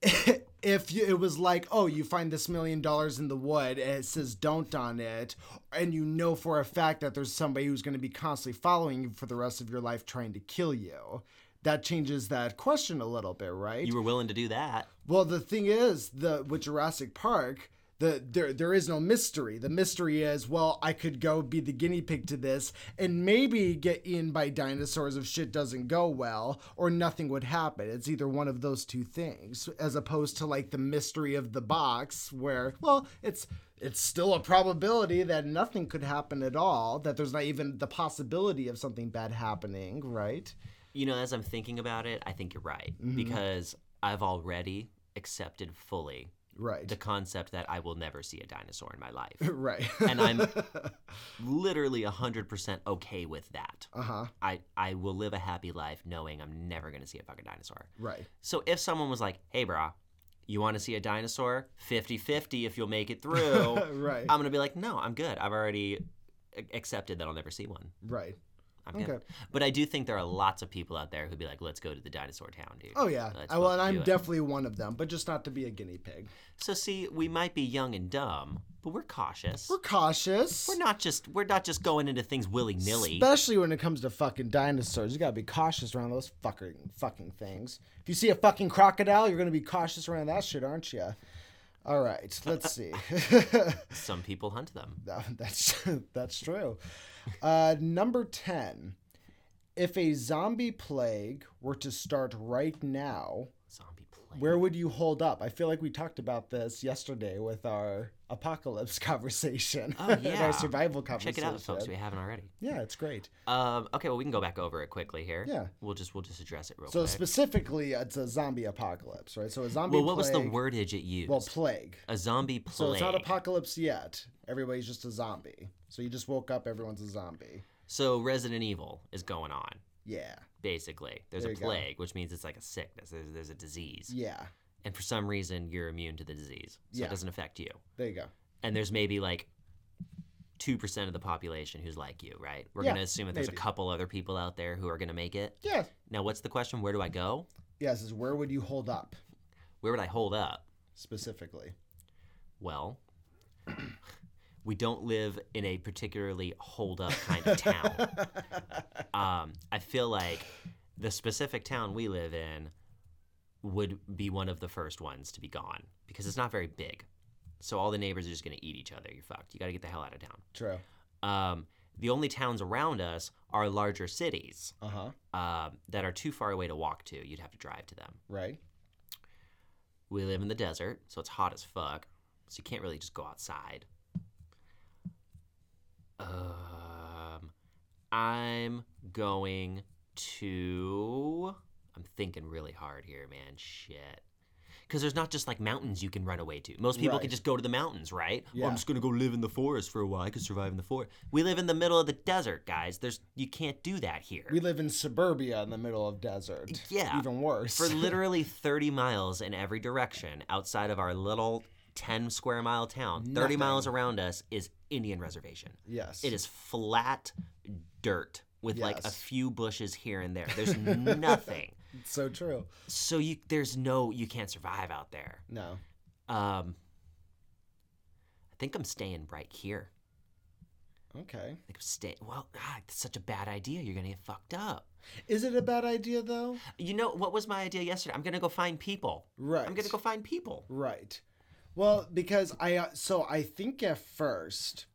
Speaker 1: if you, it was like oh you find this million dollars in the wood and it says don't on it and you know for a fact that there's somebody who's going to be constantly following you for the rest of your life trying to kill you that changes that question a little bit right
Speaker 2: You were willing to do that.
Speaker 1: well the thing is the with jurassic park the, there, there is no mystery. The mystery is, well, I could go be the guinea pig to this and maybe get eaten by dinosaurs if shit doesn't go well, or nothing would happen. It's either one of those two things, as opposed to like the mystery of the box, where well, it's it's still a probability that nothing could happen at all, that there's not even the possibility of something bad happening, right?
Speaker 2: You know, as I'm thinking about it, I think you're right
Speaker 1: Mm-hmm.
Speaker 2: because I've already accepted fully
Speaker 1: Right.
Speaker 2: the concept that I will never see a dinosaur in my life.
Speaker 1: right.
Speaker 2: And I'm literally 100% okay with that.
Speaker 1: uh huh.
Speaker 2: I, I will live a happy life knowing I'm never going to see a fucking dinosaur.
Speaker 1: Right.
Speaker 2: So if someone was like, hey, brah, you want to see a dinosaur? 50 50 if you'll make it through. I'm
Speaker 1: right.
Speaker 2: going to be like, no, I'm good. I've already a- accepted that I'll never see one.
Speaker 1: right.
Speaker 2: I'm good.
Speaker 1: Okay.
Speaker 2: But I do think there are lots of people out there who'd be like, let's go to the dinosaur town, dude.
Speaker 1: Oh yeah.
Speaker 2: Let's
Speaker 1: I, well,
Speaker 2: fucking
Speaker 1: and I'm
Speaker 2: do it.
Speaker 1: definitely one of them, but just not to be a guinea pig.
Speaker 2: So see, we might be young and dumb, but we're cautious.
Speaker 1: We're cautious.
Speaker 2: We're not just we're not just going into things willy nilly.
Speaker 1: Especially when it comes to fucking dinosaurs, you gotta be cautious around those fucking fucking things. If you see a fucking crocodile, you're gonna be cautious around that shit, aren't you? All right, let's see.
Speaker 2: Some people hunt them.
Speaker 1: That- that's that's true. Uh, number ten, if a zombie plague were to start right now,
Speaker 2: Zombie plague.
Speaker 1: where would you hold up? I feel like we talked about this yesterday with our apocalypse conversation.
Speaker 2: Oh,
Speaker 1: and
Speaker 2: yeah.
Speaker 1: our survival
Speaker 2: Check
Speaker 1: conversation.
Speaker 2: it out, folks. if We haven't already.
Speaker 1: Yeah, it's great.
Speaker 2: Um, okay, well we can go back over it quickly here.
Speaker 1: Yeah.
Speaker 2: We'll just we'll just address it real
Speaker 1: So
Speaker 2: quick.
Speaker 1: specifically, it's a zombie apocalypse, right? So a zombie.
Speaker 2: well, what was the
Speaker 1: plague-
Speaker 2: wordage it used?
Speaker 1: Well, plague.
Speaker 2: a zombie plague.
Speaker 1: So it's not apocalypse yet. Everybody's just a zombie. So you just woke up. Everyone's a zombie.
Speaker 2: So Resident Evil is going on.
Speaker 1: Yeah,
Speaker 2: Basically, there's
Speaker 1: There
Speaker 2: a
Speaker 1: you go.
Speaker 2: plague, which means it's like a sickness. There's, there's a disease,
Speaker 1: yeah.
Speaker 2: and for some reason you're immune to the disease, so
Speaker 1: Yeah.
Speaker 2: it doesn't affect you.
Speaker 1: There you go.
Speaker 2: and there's maybe like two percent of the population who's like you, right? We're
Speaker 1: Yeah,
Speaker 2: gonna assume that there's
Speaker 1: maybe.
Speaker 2: a couple other people out there who are gonna make it.
Speaker 1: Yeah.
Speaker 2: Now, what's the question? Where do I go?
Speaker 1: Yes. Is where would you hold up
Speaker 2: Where would I hold up?
Speaker 1: specifically?
Speaker 2: Well, we don't live in a particularly hold up kind of town. um, I feel like the specific town we live in would be one of the first ones to be gone because it's not very big. So all the neighbors are just gonna eat each other. You're fucked. You gotta get the hell out of town.
Speaker 1: True.
Speaker 2: um, the only towns around us are larger cities
Speaker 1: Uh huh.
Speaker 2: um, that are too far away to walk to. You'd have to drive to them.
Speaker 1: Right.
Speaker 2: We live in the desert, so it's hot as fuck. So you can't really just go outside. Um, I'm going to. I'm thinking really hard here, man. Shit. Because there's not just like mountains you can run away to. Most people can
Speaker 1: Right.
Speaker 2: just go to the mountains, right? Or
Speaker 1: Yeah.
Speaker 2: I'm just gonna go live in the forest for a while. I could survive in the forest. We live in the middle of the desert, guys. There's you can't do that here.
Speaker 1: We live in suburbia in the middle of desert.
Speaker 2: Yeah.
Speaker 1: Even worse.
Speaker 2: for literally 30 miles in every direction outside of our little 10 square mile town 30 miles around us is indian reservation
Speaker 1: yes.
Speaker 2: it is flat dirt with like a
Speaker 1: Yes.
Speaker 2: few bushes here and there there's nothing
Speaker 1: It's so true.
Speaker 2: so you there's no you can't survive out there
Speaker 1: No.
Speaker 2: um i think i'm staying right here
Speaker 1: Okay.
Speaker 2: i think i'm staying well ah, it's such a bad idea you're gonna get fucked up
Speaker 1: Is it a bad idea though?
Speaker 2: you know what was my idea yesterday i'm gonna go find people
Speaker 1: Right.
Speaker 2: i'm gonna go find people
Speaker 1: Right. Well, because I uh, so I think at first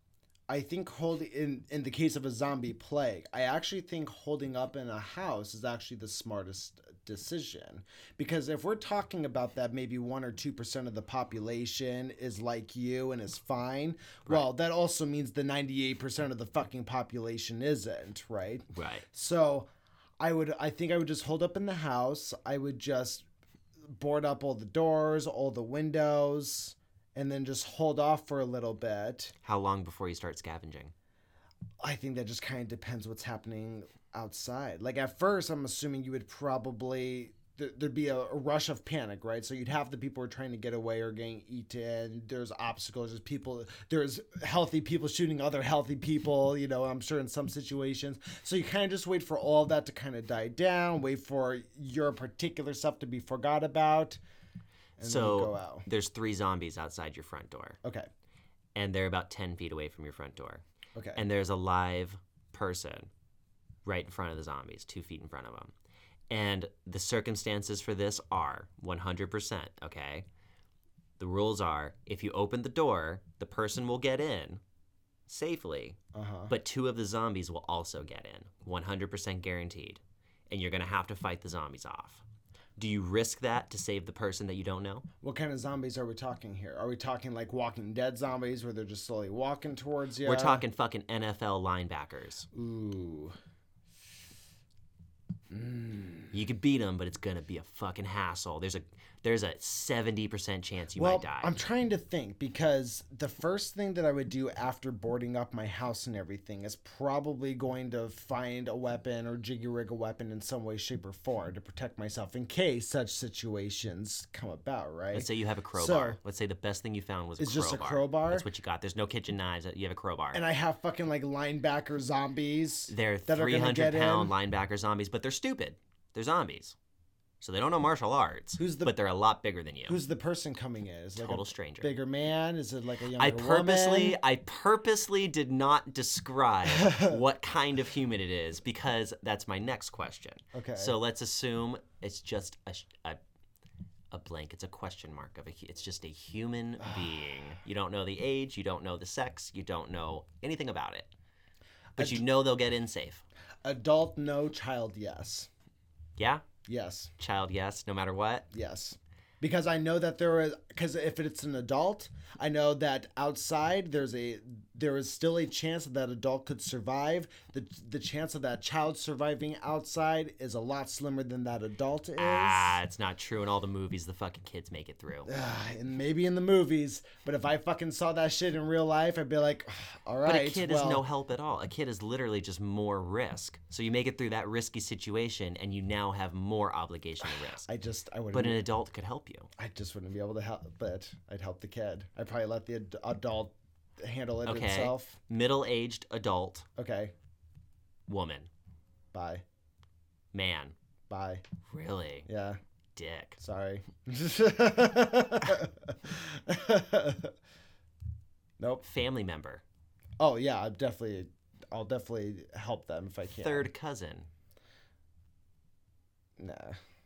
Speaker 1: I think holding in in the case of a zombie plague, I actually think holding up in a house is actually the smartest decision because if we're talking about that maybe 1 or 2% of the population is like you and is fine, well, that also means the 98% of the fucking population isn't, right?
Speaker 2: Right.
Speaker 1: So I would I think I would just hold up in the house. I would just board up all the doors, all the windows, and then just hold off for a little bit.
Speaker 2: How long before you start scavenging?
Speaker 1: I think that just kind of depends what's happening outside. Like at first, I'm assuming you would probably there- there'd be a, a rush of panic, right? So you'd have the people who are trying to get away or getting eaten. There's obstacles. There's people. There's healthy people shooting other healthy people. You know, I'm sure in some situations. So you kind of just wait for all that to kind of die down. Wait for your particular stuff to be forgot about. And
Speaker 2: so
Speaker 1: then you go out.
Speaker 2: there's three zombies outside your front door,
Speaker 1: Okay.
Speaker 2: and they're about ten feet away from your front door,
Speaker 1: Okay.
Speaker 2: and there's a live person right in front of the zombies, two feet in front of them. And the circumstances for this are 100%. Okay. The rules are if you open the door, the person will get in safely,
Speaker 1: uh huh.
Speaker 2: but two of the zombies will also get in 100% guaranteed and you're going to have to fight the zombies off do you risk that to save the person that you don't know
Speaker 1: What kind of zombies are we talking here? Are we talking like Walking Dead zombies where they're just slowly walking towards you?
Speaker 2: we're talking fucking nfl linebackers
Speaker 1: Ooh.
Speaker 2: you could beat them but it's going to be a fucking hassle there's a there's a 70% chance you
Speaker 1: Well,
Speaker 2: might die
Speaker 1: I'm trying to think because the first thing that I would do after boarding up my house and everything is probably going to find a weapon or jiggy rig a weapon in some way, shape, or form to protect myself in case such situations come about, right?
Speaker 2: let's say you have a crowbar
Speaker 1: So-
Speaker 2: let's say the best thing you found was a
Speaker 1: It's
Speaker 2: crowbar.
Speaker 1: just a crowbar?
Speaker 2: that's what you got there's no kitchen knives you have a crowbar
Speaker 1: and I have fucking like linebacker zombies.
Speaker 2: they're
Speaker 1: that are gonna
Speaker 2: 300
Speaker 1: get in.
Speaker 2: pound linebacker zombies but they're stupid they're zombies so they don't know martial arts
Speaker 1: Who's the-
Speaker 2: but they're a lot bigger than you
Speaker 1: Who's the person coming in? Is it like
Speaker 2: total
Speaker 1: a
Speaker 2: stranger
Speaker 1: bigger man? Is it like a younger
Speaker 2: I purposely
Speaker 1: woman?
Speaker 2: I purposely did not describe what kind of human it is because that's my next question.
Speaker 1: Okay.
Speaker 2: So let's assume it's just a, sh- a a blank. It's a question mark of a. hu- It's just a human being. You don't know the age. You don't know the sex. You don't know anything about it. But you know they'll get in safe.
Speaker 1: Adult no, child yes.
Speaker 2: Yeah.
Speaker 1: Yes,
Speaker 2: Child, yes. No matter what.
Speaker 1: yes. Because I know that there is because if it's an adult, I know that outside there's a there is still a chance that that adult could survive. The the chance of that child surviving outside is a lot slimmer than that adult is.
Speaker 2: Ah, it's not true. In all the movies, the fucking kids make it through.
Speaker 1: Ugh, and maybe in the movies, but if I fucking saw that shit in real life, I'd be like, all right.
Speaker 2: But a kid
Speaker 1: well,
Speaker 2: is no help at all. A kid is literally just more risk. So you make it through that risky situation, and you now have more obligation and risk.
Speaker 1: I just I would
Speaker 2: But an adult could help you.
Speaker 1: I just wouldn't be able to help it. I'd help the kid. I'd probably let the ad- adult handle it
Speaker 2: Okay.
Speaker 1: himself.
Speaker 2: Middle-aged adult
Speaker 1: Okay.
Speaker 2: woman,
Speaker 1: Bye.
Speaker 2: man,
Speaker 1: Bye.
Speaker 2: really,
Speaker 1: Yeah.
Speaker 2: dick.
Speaker 1: Sorry. nope.
Speaker 2: Family member,
Speaker 1: Oh yeah, I'm definitely I'll definitely help them if I can.
Speaker 2: third cousin.
Speaker 1: Nah.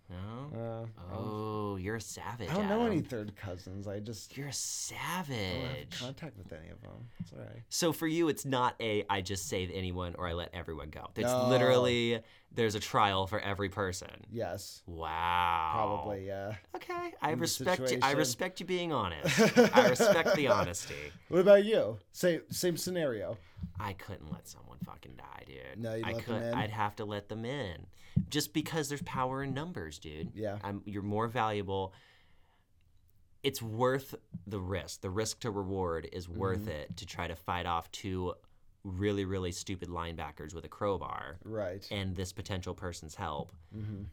Speaker 2: No.
Speaker 1: Uh,
Speaker 2: Oh, you're a savage.
Speaker 1: I don't know
Speaker 2: Adam.
Speaker 1: any third cousins. I just
Speaker 2: You're a
Speaker 1: I don't have
Speaker 2: savage.
Speaker 1: contact with any of them. It's all right.
Speaker 2: So for you, it's not a I just save anyone or I let everyone go. It's
Speaker 1: No.
Speaker 2: literally there's a trial for every person.
Speaker 1: Yes.
Speaker 2: Wow.
Speaker 1: Probably, yeah.
Speaker 2: Okay, I
Speaker 1: the
Speaker 2: respect you. I
Speaker 1: situation.
Speaker 2: respect you being honest. I respect the honesty.
Speaker 1: What about you? Same same scenario.
Speaker 2: I couldn't let someone fucking die, dude.
Speaker 1: No, you'd
Speaker 2: I
Speaker 1: let them in?
Speaker 2: I'd have to let them in, just because there's power in numbers, dude.
Speaker 1: Yeah.
Speaker 2: I'm, you're more valuable. It's worth the risk. The risk to reward is worth
Speaker 1: Mm-hmm.
Speaker 2: it to try to fight off two really, really stupid linebackers with a crowbar
Speaker 1: Right.
Speaker 2: and this potential person's help.
Speaker 1: Mm-hmm.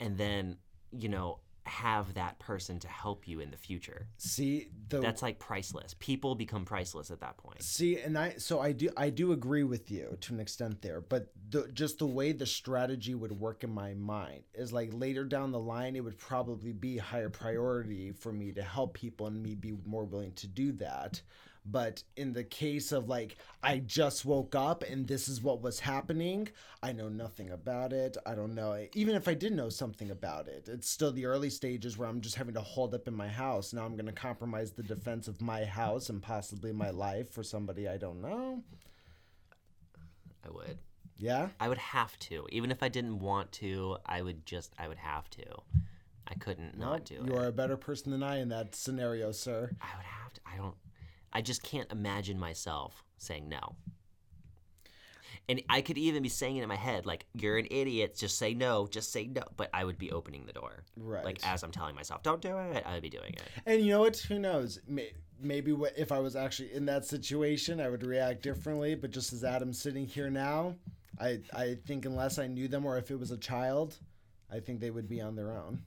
Speaker 2: and then you know have that person to help you in the future
Speaker 1: See the
Speaker 2: that's like priceless people become priceless at that point
Speaker 1: See, and I so I do I do agree with you to an extent there, but the, just the way the strategy would work in my mind is like later down the line it would probably be higher priority for me to help people and me be more willing to do that. But in the case of like, I just woke up and this is what was happening, I know nothing about it. I don't know. it. Even if I did know something about it, it's still the early stages where I'm just having to hold up in my house. Now I'm going to compromise the defense of my house and possibly my life for somebody I don't know.
Speaker 2: I would.
Speaker 1: Yeah.
Speaker 2: I would have to. Even if I didn't want to, I would just I would have to. I couldn't not do
Speaker 1: You
Speaker 2: it.
Speaker 1: are a better person than I in that scenario, sir.
Speaker 2: I would have to I don't I just can't imagine myself saying no. And I could even be saying it in my head, like, you're an idiot, just say no, just say no. But I would be opening the door.
Speaker 1: Right.
Speaker 2: Like, as I'm telling myself, don't do it, I would be doing it.
Speaker 1: And you know what? Who knows? May- Maybe wh- if I was actually in that situation, I would react differently. But just as Adam's sitting here now, I I think unless I knew them or if it was a child, I think they would be on their own.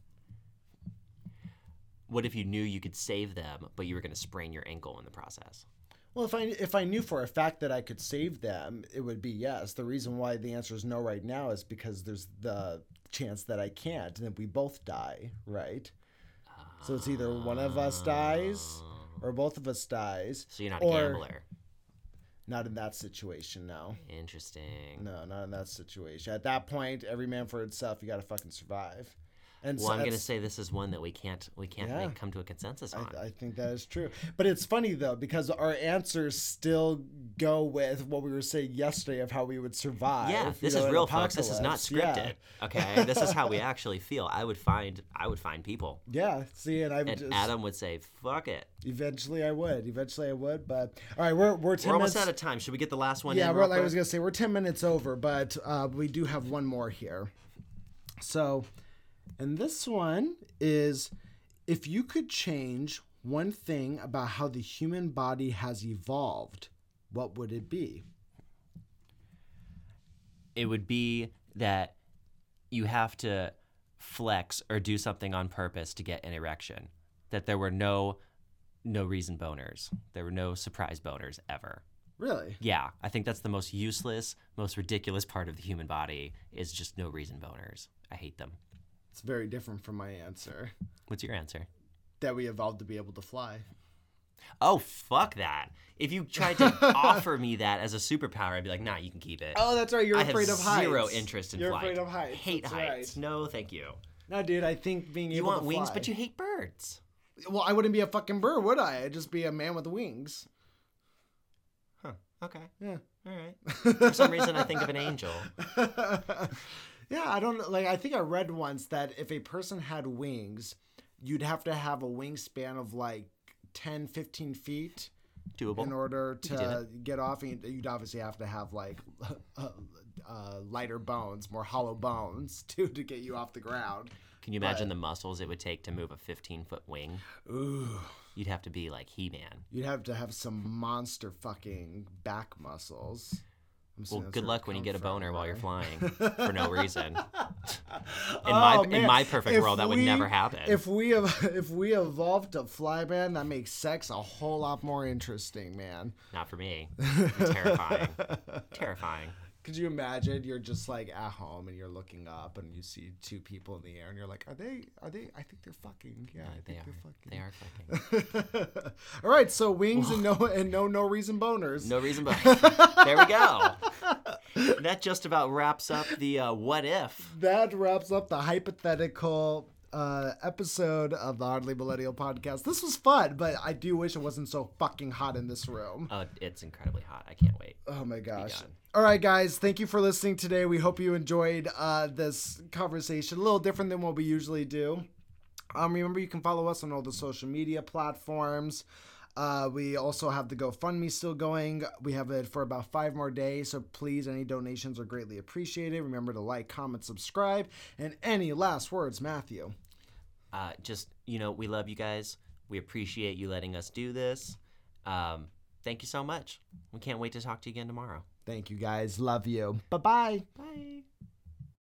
Speaker 2: What if you knew you could save them, but you were going to sprain your ankle in the process?
Speaker 1: Well, if I if I knew for a fact that I could save them, it would be yes. The reason why the answer is no right now is because there's the chance that I can't, and that we both die, right? So it's either one of us dies or both of us dies.
Speaker 2: So you're not a
Speaker 1: Or-
Speaker 2: gambler.
Speaker 1: Not in that situation, no.
Speaker 2: Interesting.
Speaker 1: No, not in that situation. At that point, every man for itself. You got to fucking survive. And
Speaker 2: Well, I'm going to
Speaker 1: that's-
Speaker 2: say this is one that we can't we can't
Speaker 1: Yeah.
Speaker 2: make, come to a consensus on.
Speaker 1: I, I think that is true. But it's funny though because our answers still go with what we were saying yesterday of how we would survive.
Speaker 2: yeah,
Speaker 1: you
Speaker 2: this
Speaker 1: know,
Speaker 2: is
Speaker 1: an
Speaker 2: real, folks. This is not
Speaker 1: apocalypse.
Speaker 2: scripted. Okay, this is how we actually feel. I would find I would find people,
Speaker 1: Yeah. yeah. See, and I would
Speaker 2: and
Speaker 1: just
Speaker 2: Adam would say, "Fuck it."
Speaker 1: eventually I would. Eventually I would. But all right, we're we're 10
Speaker 2: We're
Speaker 1: minutes.
Speaker 2: almost out of time. Should we get the last one?
Speaker 1: yeah,
Speaker 2: in
Speaker 1: we're,
Speaker 2: real
Speaker 1: like I was
Speaker 2: quick?
Speaker 1: gonna say we're ten minutes over, but uh, we do have one more here. So, and this one is, if you could change one thing about how the human body has evolved, what would it be?
Speaker 2: It would be that you have to flex or do something on purpose to get an erection. That there were no no reason boners. There were no surprise boners ever.
Speaker 1: Really?
Speaker 2: Yeah, I think that's the most useless, most ridiculous part of the human body is just no reason boners. I hate them.
Speaker 1: It's very different from my answer.
Speaker 2: What's your answer?
Speaker 1: That we evolved to be able to fly.
Speaker 2: Oh, fuck that. If you tried to offer me that as a superpower, I'd be like, nah, you can keep it.
Speaker 1: Oh, that's right. You're
Speaker 2: I have
Speaker 1: afraid of heights.
Speaker 2: zero interest in
Speaker 1: You're
Speaker 2: flight.
Speaker 1: afraid of heights.
Speaker 2: Hate
Speaker 1: that's
Speaker 2: heights. No, thank you.
Speaker 1: Right. No, dude. I think being
Speaker 2: You
Speaker 1: able
Speaker 2: want
Speaker 1: to
Speaker 2: wings,
Speaker 1: fly-
Speaker 2: but you hate birds.
Speaker 1: Well, I wouldn't be a fucking bird, would I? I'd just be a man with wings.
Speaker 2: Huh. Okay.
Speaker 1: Yeah.
Speaker 2: All right. For some reason, I think of an angel.
Speaker 1: yeah, I don't know. Like, I think I read once that if a person had wings, you'd have to have a wingspan of like 10, 15 feet in
Speaker 2: Doable.
Speaker 1: order
Speaker 2: could do
Speaker 1: to get off. And you'd obviously have to have like uh, uh, lighter bones, more hollow bones, too, to get you off the ground.
Speaker 2: Can you imagine the muscles it would take to move a 15 foot wing?
Speaker 1: Ooh.
Speaker 2: You'd have to be like He Man.
Speaker 1: You'd have to have some monster fucking back muscles. I'm
Speaker 2: Well,
Speaker 1: assuming that's
Speaker 2: good
Speaker 1: where
Speaker 2: luck
Speaker 1: it
Speaker 2: when you
Speaker 1: comes
Speaker 2: get a
Speaker 1: from,
Speaker 2: boner while you're
Speaker 1: right? Oh,
Speaker 2: flying for no reason.
Speaker 1: in
Speaker 2: my- in my perfect world, that would never happen.
Speaker 1: If we ev- if we evolved to fly, man, that makes sex a whole lot more interesting, man.
Speaker 2: Not for me. Terrifying. Terrifying.
Speaker 1: Could you imagine? You're just like at home and you're looking up and you see two people in the air and you're like, are they? Are they? I think they're fucking. Yeah, I
Speaker 2: They
Speaker 1: think
Speaker 2: are. They
Speaker 1: they
Speaker 2: are fucking.
Speaker 1: are fucking. All right, so wings and no and no no reason boners.
Speaker 2: No reason but there we go. That just about wraps up the uh, what if.
Speaker 1: that wraps up the hypothetical uh, episode of the Hardly Millennial podcast. This was fun, but I do wish it wasn't so fucking hot in this room.
Speaker 2: Oh, it's incredibly hot. I can't wait.
Speaker 1: Oh my gosh.
Speaker 2: done.
Speaker 1: All right, guys. Thank you for listening today. We hope you enjoyed uh, this conversation. A little different than what we usually do. Um, remember, you can follow us on all the social media platforms. Uh, we also have the GoFundMe still going. We have it for about five more days, so please, any donations are greatly appreciated. Remember to like, comment, subscribe, and any last words, Matthew.
Speaker 2: Uh, just you know, we love you guys. We appreciate you letting us do this. Um, thank you so much. We can't wait to talk to you again tomorrow.
Speaker 1: Thank you, guys. Love you. Bye bye.
Speaker 2: Bye.